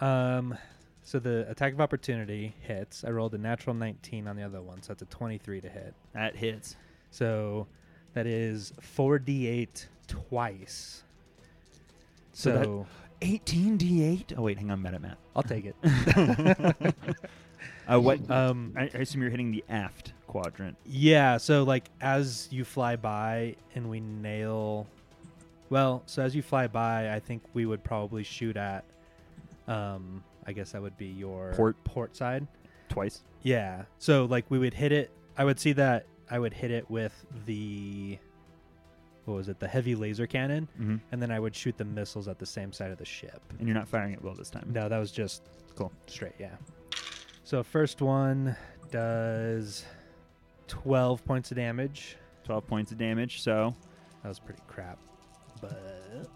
um, so the attack of opportunity hits. I rolled a natural 19 on the other one, so that's a 23 to hit. That hits. So that is 4d8 twice. So So, that- 18d8. Oh wait, hang on, I'm bad at math. I'll take it. Uh, what? Um, I, I assume you're hitting the aft quadrant. yeah. So like as you fly by and we nail, well, so as you fly by, I think we would probably shoot at, um, I guess that would be your Port. port side. Twice. Yeah. So like we would hit it. I would see that. I would hit it with the what was it? The heavy laser cannon, Mhm. and then I would shoot the missiles at the same side of the ship. And you're not firing it well this time. No, that was just Cool. Straight, yeah. So first one does twelve points of damage. 12 points of damage, so. That was pretty crap, but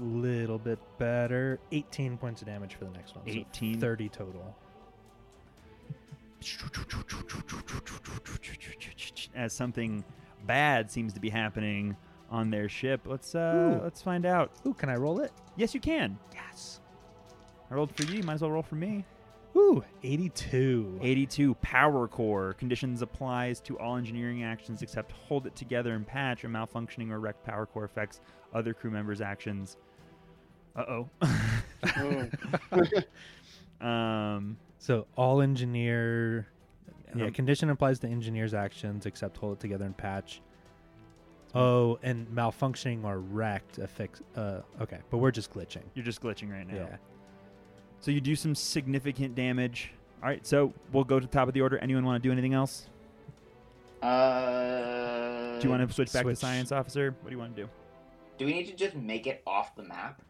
little bit better. Eighteen points of damage for the next one. 18. So Thirty total. As something bad seems to be happening on their ship, let's uh, Ooh. let's find out. Ooh, can I roll it? Yes, you can. Yes. I rolled for you. you Might as well roll for me. Ooh, 82. 82 power core conditions applies to all engineering actions except hold it together and patch or malfunctioning or wrecked power core affects other crew members actions uh-oh Oh. um So all engineer. Yeah, um, condition applies to engineer's actions except hold it together and patch. Oh, and malfunctioning or wrecked affix. Uh, okay, but we're just glitching. you're just glitching right now Yeah. so you do some significant damage all right so we'll go to the top of the order anyone want to do anything else Uh, do you want to switch back Switch. to science officer what do you want to do Do we need to just make it off the map?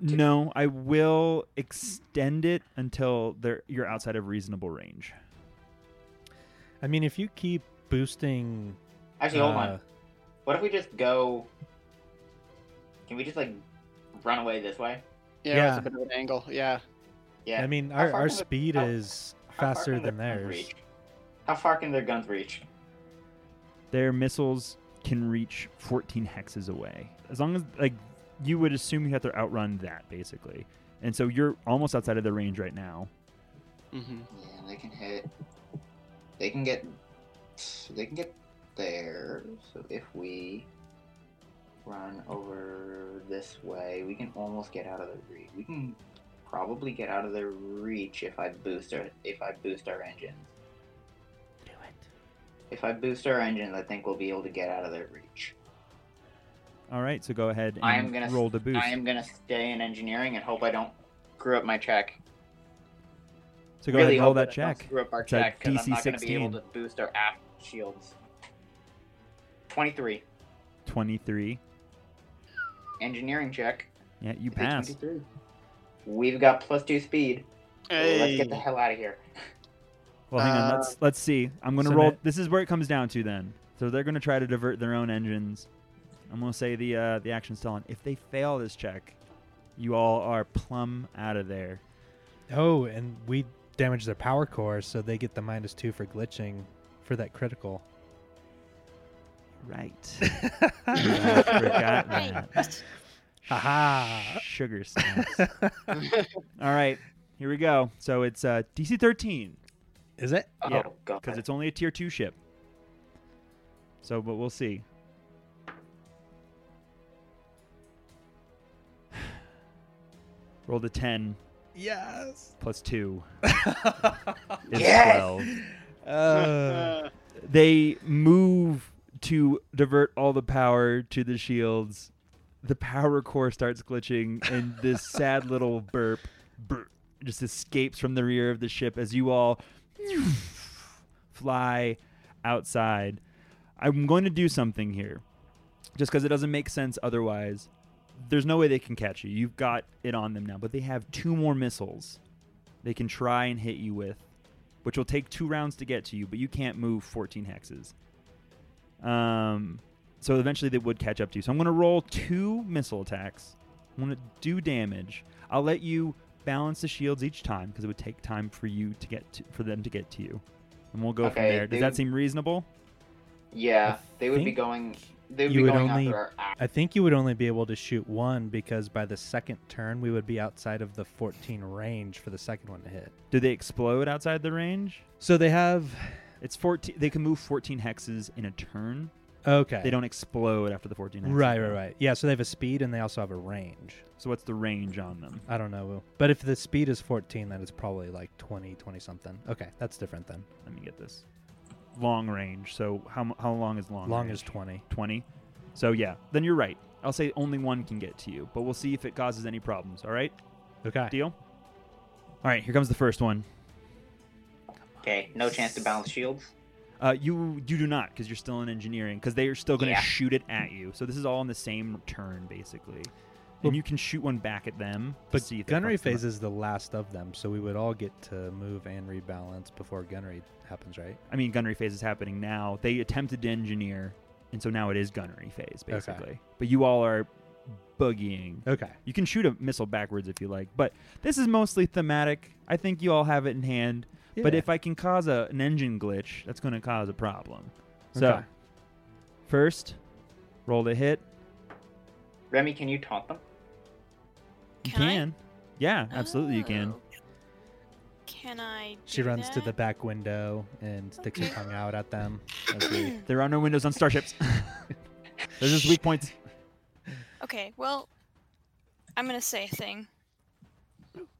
no i will extend it until they're, you're outside of reasonable range I mean, if you keep boosting. Actually, hold uh, on. What if we just go? Can we just like run away this way? Yeah, Yeah. it's a bit of an angle. Yeah. Yeah. I mean, How our, far our can the- speed how- is How far faster can their than guns theirs. reach? How far can their guns reach? their missiles can reach 14 hexes away. As long as like you would assume you have to outrun that basically. And so you're almost outside of their range right now. Mm-hmm. Yeah, they can hit. They can get. They can get there. So if we run over this way, we can almost get out of their reach. We can probably get out of their reach if I boost our if I boost our engines. Do it. If I boost our engines, I think we'll be able to get out of their reach. All right, so go ahead and I am gonna roll the boost. I am gonna stay in engineering and hope I don't screw up my check. so go ahead really and roll hope that I don't check. Screw up our It's a check because I'm not going to be DC-16. able to boost our aft shields. Twenty-three 23. engineering check. Yeah, you I did pass. 23. We've got plus two speed. so Let's get the hell out of here. Well, hang on. Uh, Let's let's see. I'm going to so roll Matt- This is where it comes down to then. So they're going to try to divert their own engines. I'm going to say the uh, the action's still on. If they fail this check, you all are plumb out of there. Oh, and we damage their power core, so they get the minus two for glitching for that critical. Right. I forgot that. Right. Haha. Sugar snaps. All right, here we go. So it's uh, DC 13 Is it? Yeah, oh god. because it's only a tier two ship. So, but we'll see. Rolled a 10 Yes. plus 2 is Yes! 12. Uh, They move to divert all the power to the shields. The power core starts glitching, and this sad little burp, burp just escapes from the rear of the ship as you all fly outside. I'm going to do something here just because it doesn't make sense otherwise. There's no way they can catch you. You've got it on them now, but they have two more missiles they can try and hit you with, which will take two rounds to get to you, but you can't move 14 hexes. Um, so eventually they would catch up to you. So I'm going to roll two missile attacks. I'm going to do damage. I'll let you balance the shields each time because it would take time for you to get to, for them to get to you, and we'll go from Okay, there. Does they that would- seem reasonable? yeah, I they would be think going. They would you be would going only- after our aft. I think you would only be able to shoot one because by the second turn, we would be outside of the 14 range for the second one to hit. Do they explode outside the range? So they have. It's 14. They can move 14 hexes in a turn. Okay. They don't explode after the 14 hexes. Right, right, right. Yeah, so they have a speed and they also have a range. So what's the range on them? I don't know. But if the speed is 14, then it's probably like 20, 20 something. Okay, that's different then. Let me get this. Long range. So how, mu- how long is long? Long range? is 20. 20. So yeah, then you're right. I'll say only one can get to you, but we'll see if it causes any problems. All right, Okay. deal. All right, here comes the first one. Okay, no chance to balance shields. Uh, you you do not because you're still in engineering because they are still going to Yeah. shoot it at you. So this is all in the same turn basically, Well- and you can shoot one back at them. To But see if it gunnery fucks them up. phase is the last of them, so we would all get to move and rebalance before gunnery happens, right? I mean, gunnery phase is happening now. They attempted to engineer, and so now it is gunnery phase, basically. But you all are boogieing. Okay. You can shoot a missile backwards if you like, but this is mostly thematic. I think you all have it in hand. But Yeah. if I can cause a, an engine glitch, that's going to cause a problem. So, Okay. first, roll to hit. Remy, can you taunt them? You Can I? Yeah, absolutely, you can. Oh. Can I? She do runs to the that? back window and sticks her Okay. tongue out at them. as Oh. we- There are no windows on starships. There's just weak points. Okay, well, I'm gonna say a thing.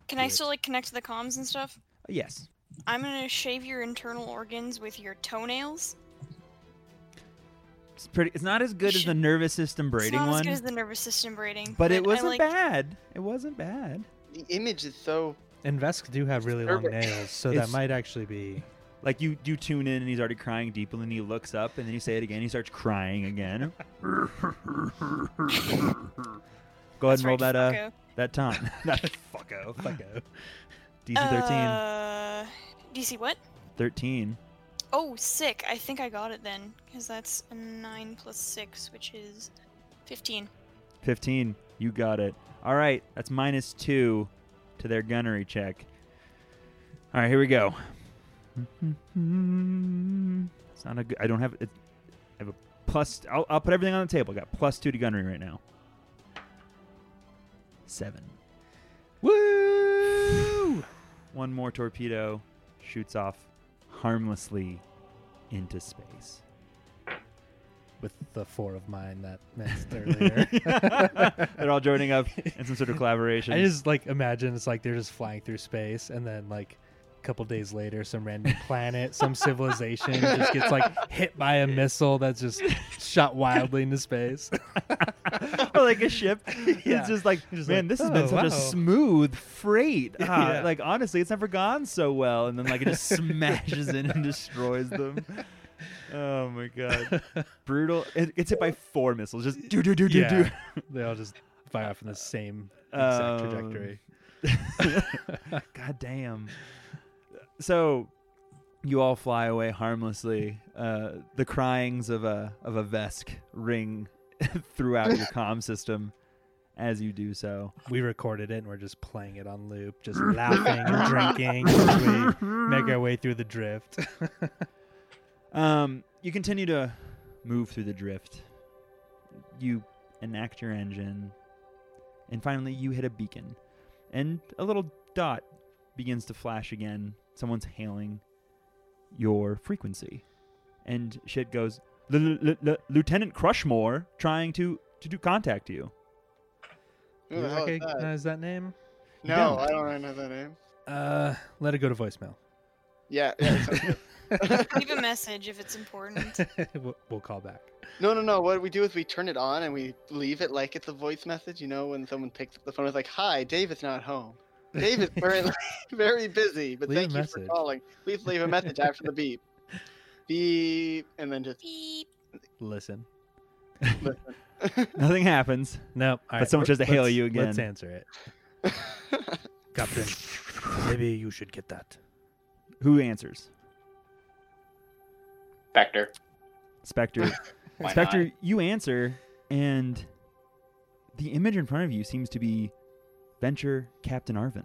Can I Do it. still like connect to the comms and stuff? Yes. I'm gonna shave your internal organs with your toenails. It's pretty. It's not as good as the nervous system braiding it's not as one, good as the nervous system braiding, but it I wasn't like- bad. It wasn't bad. The image is so. And Vesk do have really long Perfect. nails, so It's- that might actually be. Like you, you tune in and he's already crying deeply, and he looks up and then you say it again. He starts crying again. Go ahead That's and roll right, that uh fucko. that taunt. that fucko. Fucko. DC thirteen. Uh, DC what? Thirteen. Oh, sick! I think I got it then, because that's a nine plus six, which is fifteen. 15. You got it. All right. That's minus two to their gunnery check. All right. Here we go. It's not a good. I don't have. It, I have a plus. I'll, I'll put everything on the table. I got plus two to gunnery right now. Seven. Woo! One more torpedo shoots off harmlessly into space. with the four of mine that missed earlier. They're all joining up in some sort of collaboration. I just like imagine it's like they're just flying through space, and then like a couple days later, some random planet, some civilization just gets like hit by a missile that's just shot wildly into space. or like a ship. Yeah. It's just like, You're just like, man, this has been "Oh, such wow." a smooth freight. Ah, Yeah. Like, honestly, it's never gone so well. And then, like, it just smashes in and destroys them. Oh my god, brutal! It, it's hit by four missiles. Just do do do do do. Yeah. They all just fire off in the same Um, exact trajectory. God damn. So you all fly away harmlessly. Uh, the cryings of a of a vesk ring throughout your comm system as you do so. We recorded it and we're just playing it on loop, just laughing and drinking as we make our way through the drift. Um, you continue to move through the drift. You enact your engine, and finally you hit a beacon, and a little dot begins to flash again. Someone's hailing your frequency, and shit goes. "L- l- l- Lieutenant Crushmore trying to to do contact you. Who the You Uh, hell recognize is that? that name? No, don't. I don't know that name. Uh, let it go to voicemail. Yeah. yeah it sounds- Leave a message if it's important. we'll, we'll call back. no, no, no. What we do is we turn it on and we leave it like it's a voice message. You know, when someone picks up the phone, it's like, "Hi, David's not home. David's currently very busy, but Leave a thank you message." for calling. Please leave a message after the beep." Beep, and then just Beep. Listen. listen. Nothing happens. No, all right, someone we're- tries to hail let's- you Let's again. answer it, Captain. maybe you should get that. Who answers? Spectre. Spectre. Why Spectre, not? you answer, and the image in front of you seems to be Venture Captain Arvin.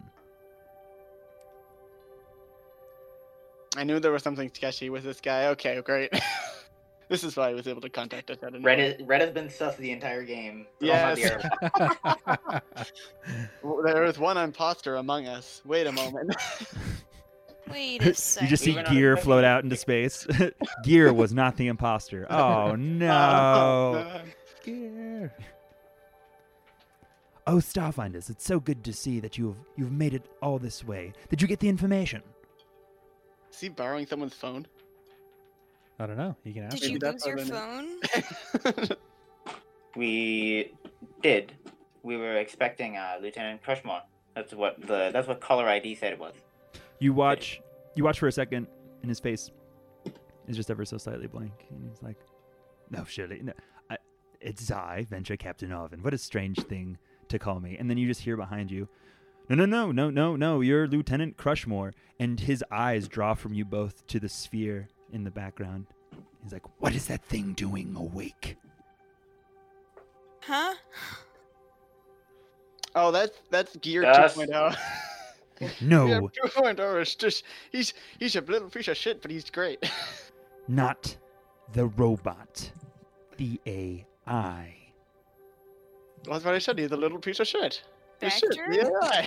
I knew there was something sketchy with this guy. Okay, great. this is why he was able to contact us. I didn't Red, is, Red has been sus the entire game. Well, not the Yes. air- There is one imposter among us. Wait a moment. Wait You a second. just see Even on a gear fucking float out into space. gear was not the imposter. Oh no! Uh, Gear. Oh, Starfinders, it's so good to see that you've you've made it all this way. Did you get the information? is he borrowing someone's phone? I don't know. You can ask. Did Maybe you that's lose your what I phone? we did. We were expecting uh, Lieutenant Crushmore. That's what the that's what caller ID said it was. You watch. You watch for a second, and his face is just ever so slightly blank, and he's like, "No, surely, no. I, it's I, Venture Captain Arvin. What a strange thing to call me." And then you just hear behind you, "No, no, no, no, no, no. You're Lieutenant Crushmore." And his eyes draw from you both to the sphere in the background. He's like, "What is that thing doing awake?" Huh? Oh, that's that's Gear Yes. 2.0. Gear No, 2.0 is just he's he's a little piece of shit, but he's great. not the robot, the AI. Well, that's what I said. He's a little piece of shit. He's shit. Factor? Yeah.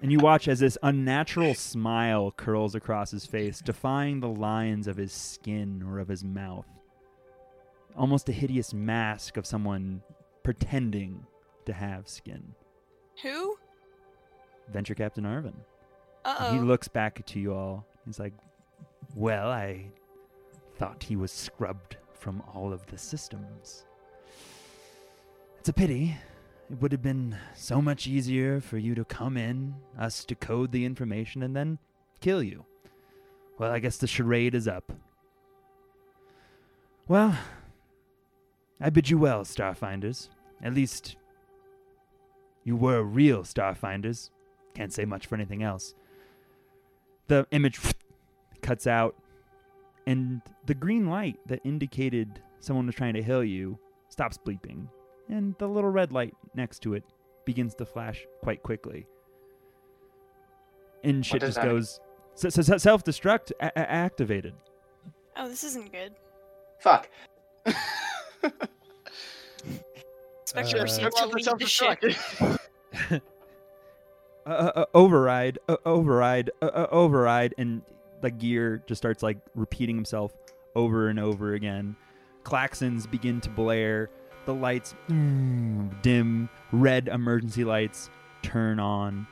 and you watch as this unnatural smile curls across his face, defying the lines of his skin or of his mouth. Almost a hideous mask of someone pretending to have skin. Who? Venture Captain Arvin. Uh And He oh. looks back to you all. He's like, Well, I thought he was scrubbed from all of the systems. It's a pity. It would have been so much easier for you to come in, us to code the information, and then kill you. Well, I guess the charade is up. Well, I bid you well, Starfinders. At least you were real Starfinders. Can't say much for anything else the image cuts out and the green light that indicated someone was trying to hail you stops bleeping and the little red light next to it begins to flash quite quickly and shit does just that mean? goes so, so- so- self-destruct a- a- activated Oh, this isn't good. Fuck. Inspector Uh, proceeds to leave the ship. uh, uh, uh, override uh, override uh, uh, override and the gear just starts like repeating himself over and over again claxons begin to blare the lights mm, dim red emergency lights turn on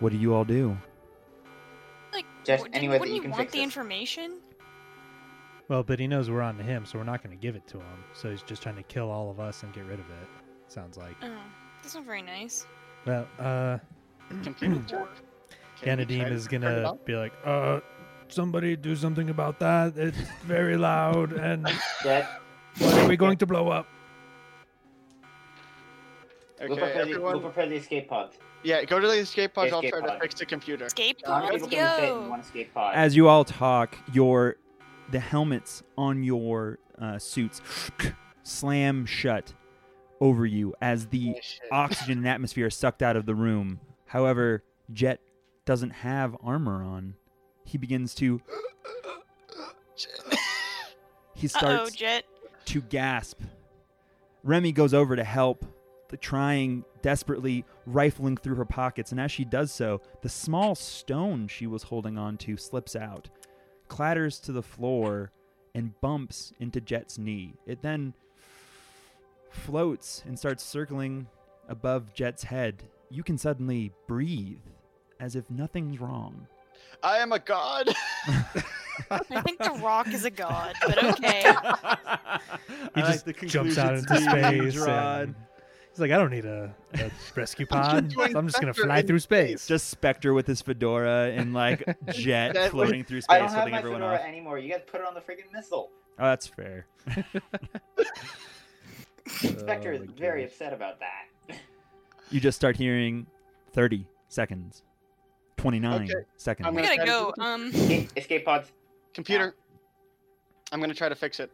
what do you all do Like, Just what- any did- way that wouldn't you you can want fix the this. information? Well, but he knows we're on to him, so we're not going to give it to him. So he's just trying to kill all of us and get rid of it. Sounds like. Oh, that's not very nice. Well, uh, Computer. Can we try Ganadim to is turn it gonna off? be like, uh, somebody do something about that. It's very loud, and That what are we going to blow up? we'll, Okay, prepare the, we'll everyone. prepare the escape pods. Yeah, go to the escape pod. I'll Escape try to pod. fix the computer. Escape How many pods, Uh, people can we fit in yo! one escape pod? as you all talk your the helmets on your uh, suits slam shut over you as the Oh, shit. oxygen and atmosphere is sucked out of the room. However, Jet doesn't have armor on. He begins to he Uh oh, starts Jet. to gasp. Remy goes over to help, the trying desperately rifling through her pockets, and as she does so, the small stone she was holding on to slips out, clatters to the floor, and bumps into Jet's knee. It then floats and starts circling above Jet's head. You can suddenly breathe as if nothing's wrong. I am a god. I think The Rock is a god, but okay. He just jumps out into space. and he's like, I don't need a, a rescue pod. doing I'm just going to better fly in through space. just Spectre with his fedora and like jet That was- floating through I space, don't have holding my everyone fedora off. anymore. You guys put it on the freaking missile. Oh, that's fair. Spectre Oh is my very gosh. upset about that. You just start hearing 30 seconds, 29 Okay. seconds. I'm We gonna- gotta go. Um, Escape, escape pods. computer. I'm gonna try to fix it.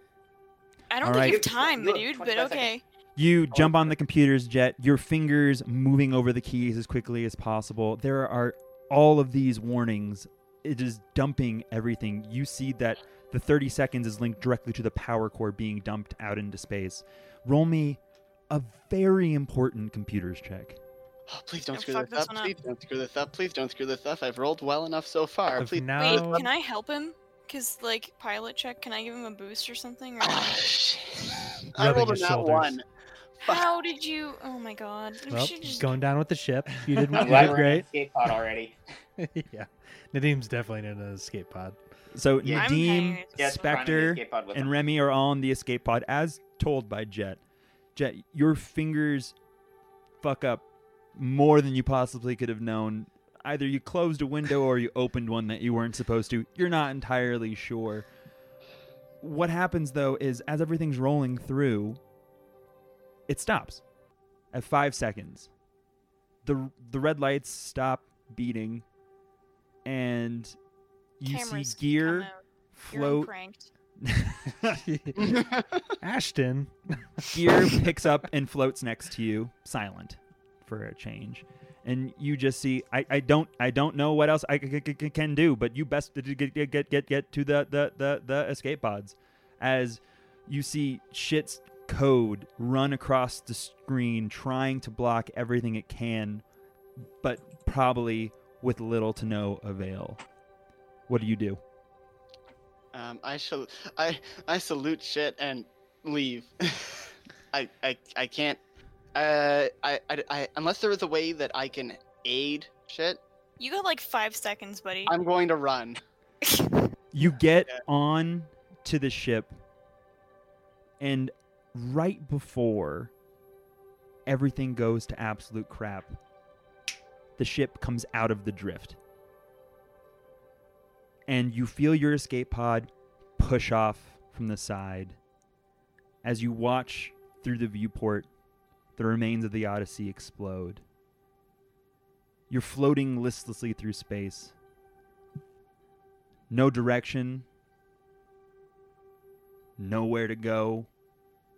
I don't All think right. you have time, Look, dude, but 25 okay. You jump on the computer's jet, your fingers moving over the keys as quickly as possible. There are all of these warnings. It is dumping everything. You see that the 30 seconds is linked directly to the power core being dumped out into space. Roll me a very important computers check. Oh, please don't Oh, screw fuck this this up. one up. Please don't screw this up. Please don't screw this up. I've rolled well enough so far. I've Please. Wait, now can I help him? Cause like pilot check, can I give him a boost or something? Or Ah, Oh, shit. I rolled a Rubbing his nat shoulders. one. how did you? Oh my god! We well, should just- going down with the ship. You did, you I'm glad did we're in an great. escape pod already. yeah. Nadim's definitely in an escape pod. So Yeah. I'm Nadim, tired. Yeah, it's fine, I'm in the Spectre, escape pod with and them. Remy are all on the escape pod as told by Jet. Jet, your fingers fuck up more than you possibly could have known. Either you closed a window or you opened one that you weren't supposed to. You're not entirely sure. What happens though is as everything's rolling through, it stops at 5 seconds. The the red lights stop beating and you cameras see gear come out. You're float unpranked. Ashton. gear picks up and floats next to you silent for a change and you just see i, I don't i don't know what else i c- c- c- can do but you best d- d- get get get get, get to the, the the the escape pods as you see shit's code run across the screen trying to block everything it can but probably with little to no avail. What do you do? Um, I shall. I I salute shit and leave. I, I I can't. Uh, I, I I unless there is a way that I can aid shit, You got like five seconds, buddy. I'm going to run. You get Yeah. on to the ship, and right before everything goes to absolute crap, the ship comes out of the drift. And you feel your escape pod push off from the side as you watch through the viewport the remains of the Odyssey explode. You're floating listlessly through space no direction, nowhere to go,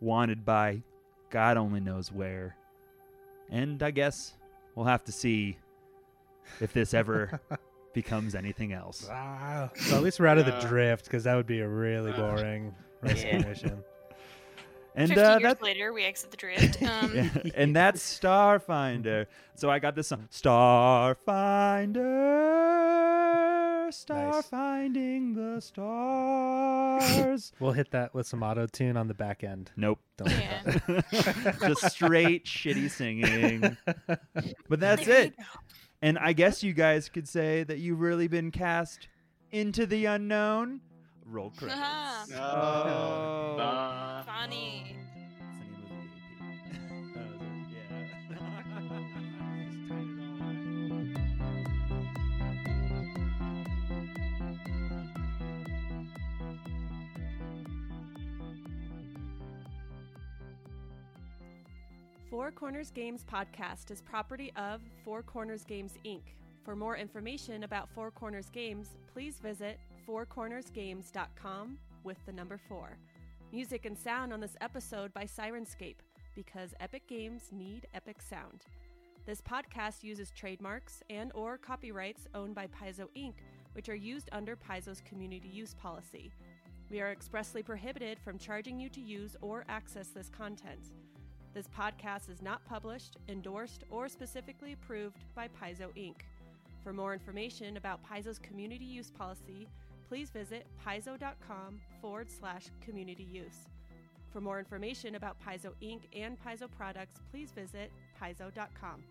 wanted by God only knows where. And I guess we'll have to see if this ever becomes anything else. Ah, so at least we're out of the Uh, drift because that would be a really uh, boring rescue yeah. mission. And Fifty uh, years that, later, we exit the drift. Um, yeah, and that's Starfinder. So I got this song Starfinder, star finding the stars. We'll hit that with some auto tune on the back end. nope. Don't hit Yeah. Just straight shitty singing. that. But that's there you it. go. And I guess you guys could say that you've really been cast into the unknown. Roll credits. Ah. Uh, Oh. Bye. Funny. That's the name of the AP. Yeah. Just tied it all up. Four Corners Games podcast is property of Four Corners Games Inc. For more information about Four Corners Games, please visit fourcornersgames.com with the number 4. Music and sound on this episode by Sirenscape because epic games need epic sound. This podcast uses trademarks and or copyrights owned by Paizo Inc, which are used under Paizo's community use policy. We are expressly prohibited from charging you to use or access this content. This podcast is not published, endorsed, or specifically approved by Paizo Inc. For more information about Paizo's community use policy, please visit paizo.com forward slash community use. For more information about Paizo Inc. and Paizo products, please visit paizo.com.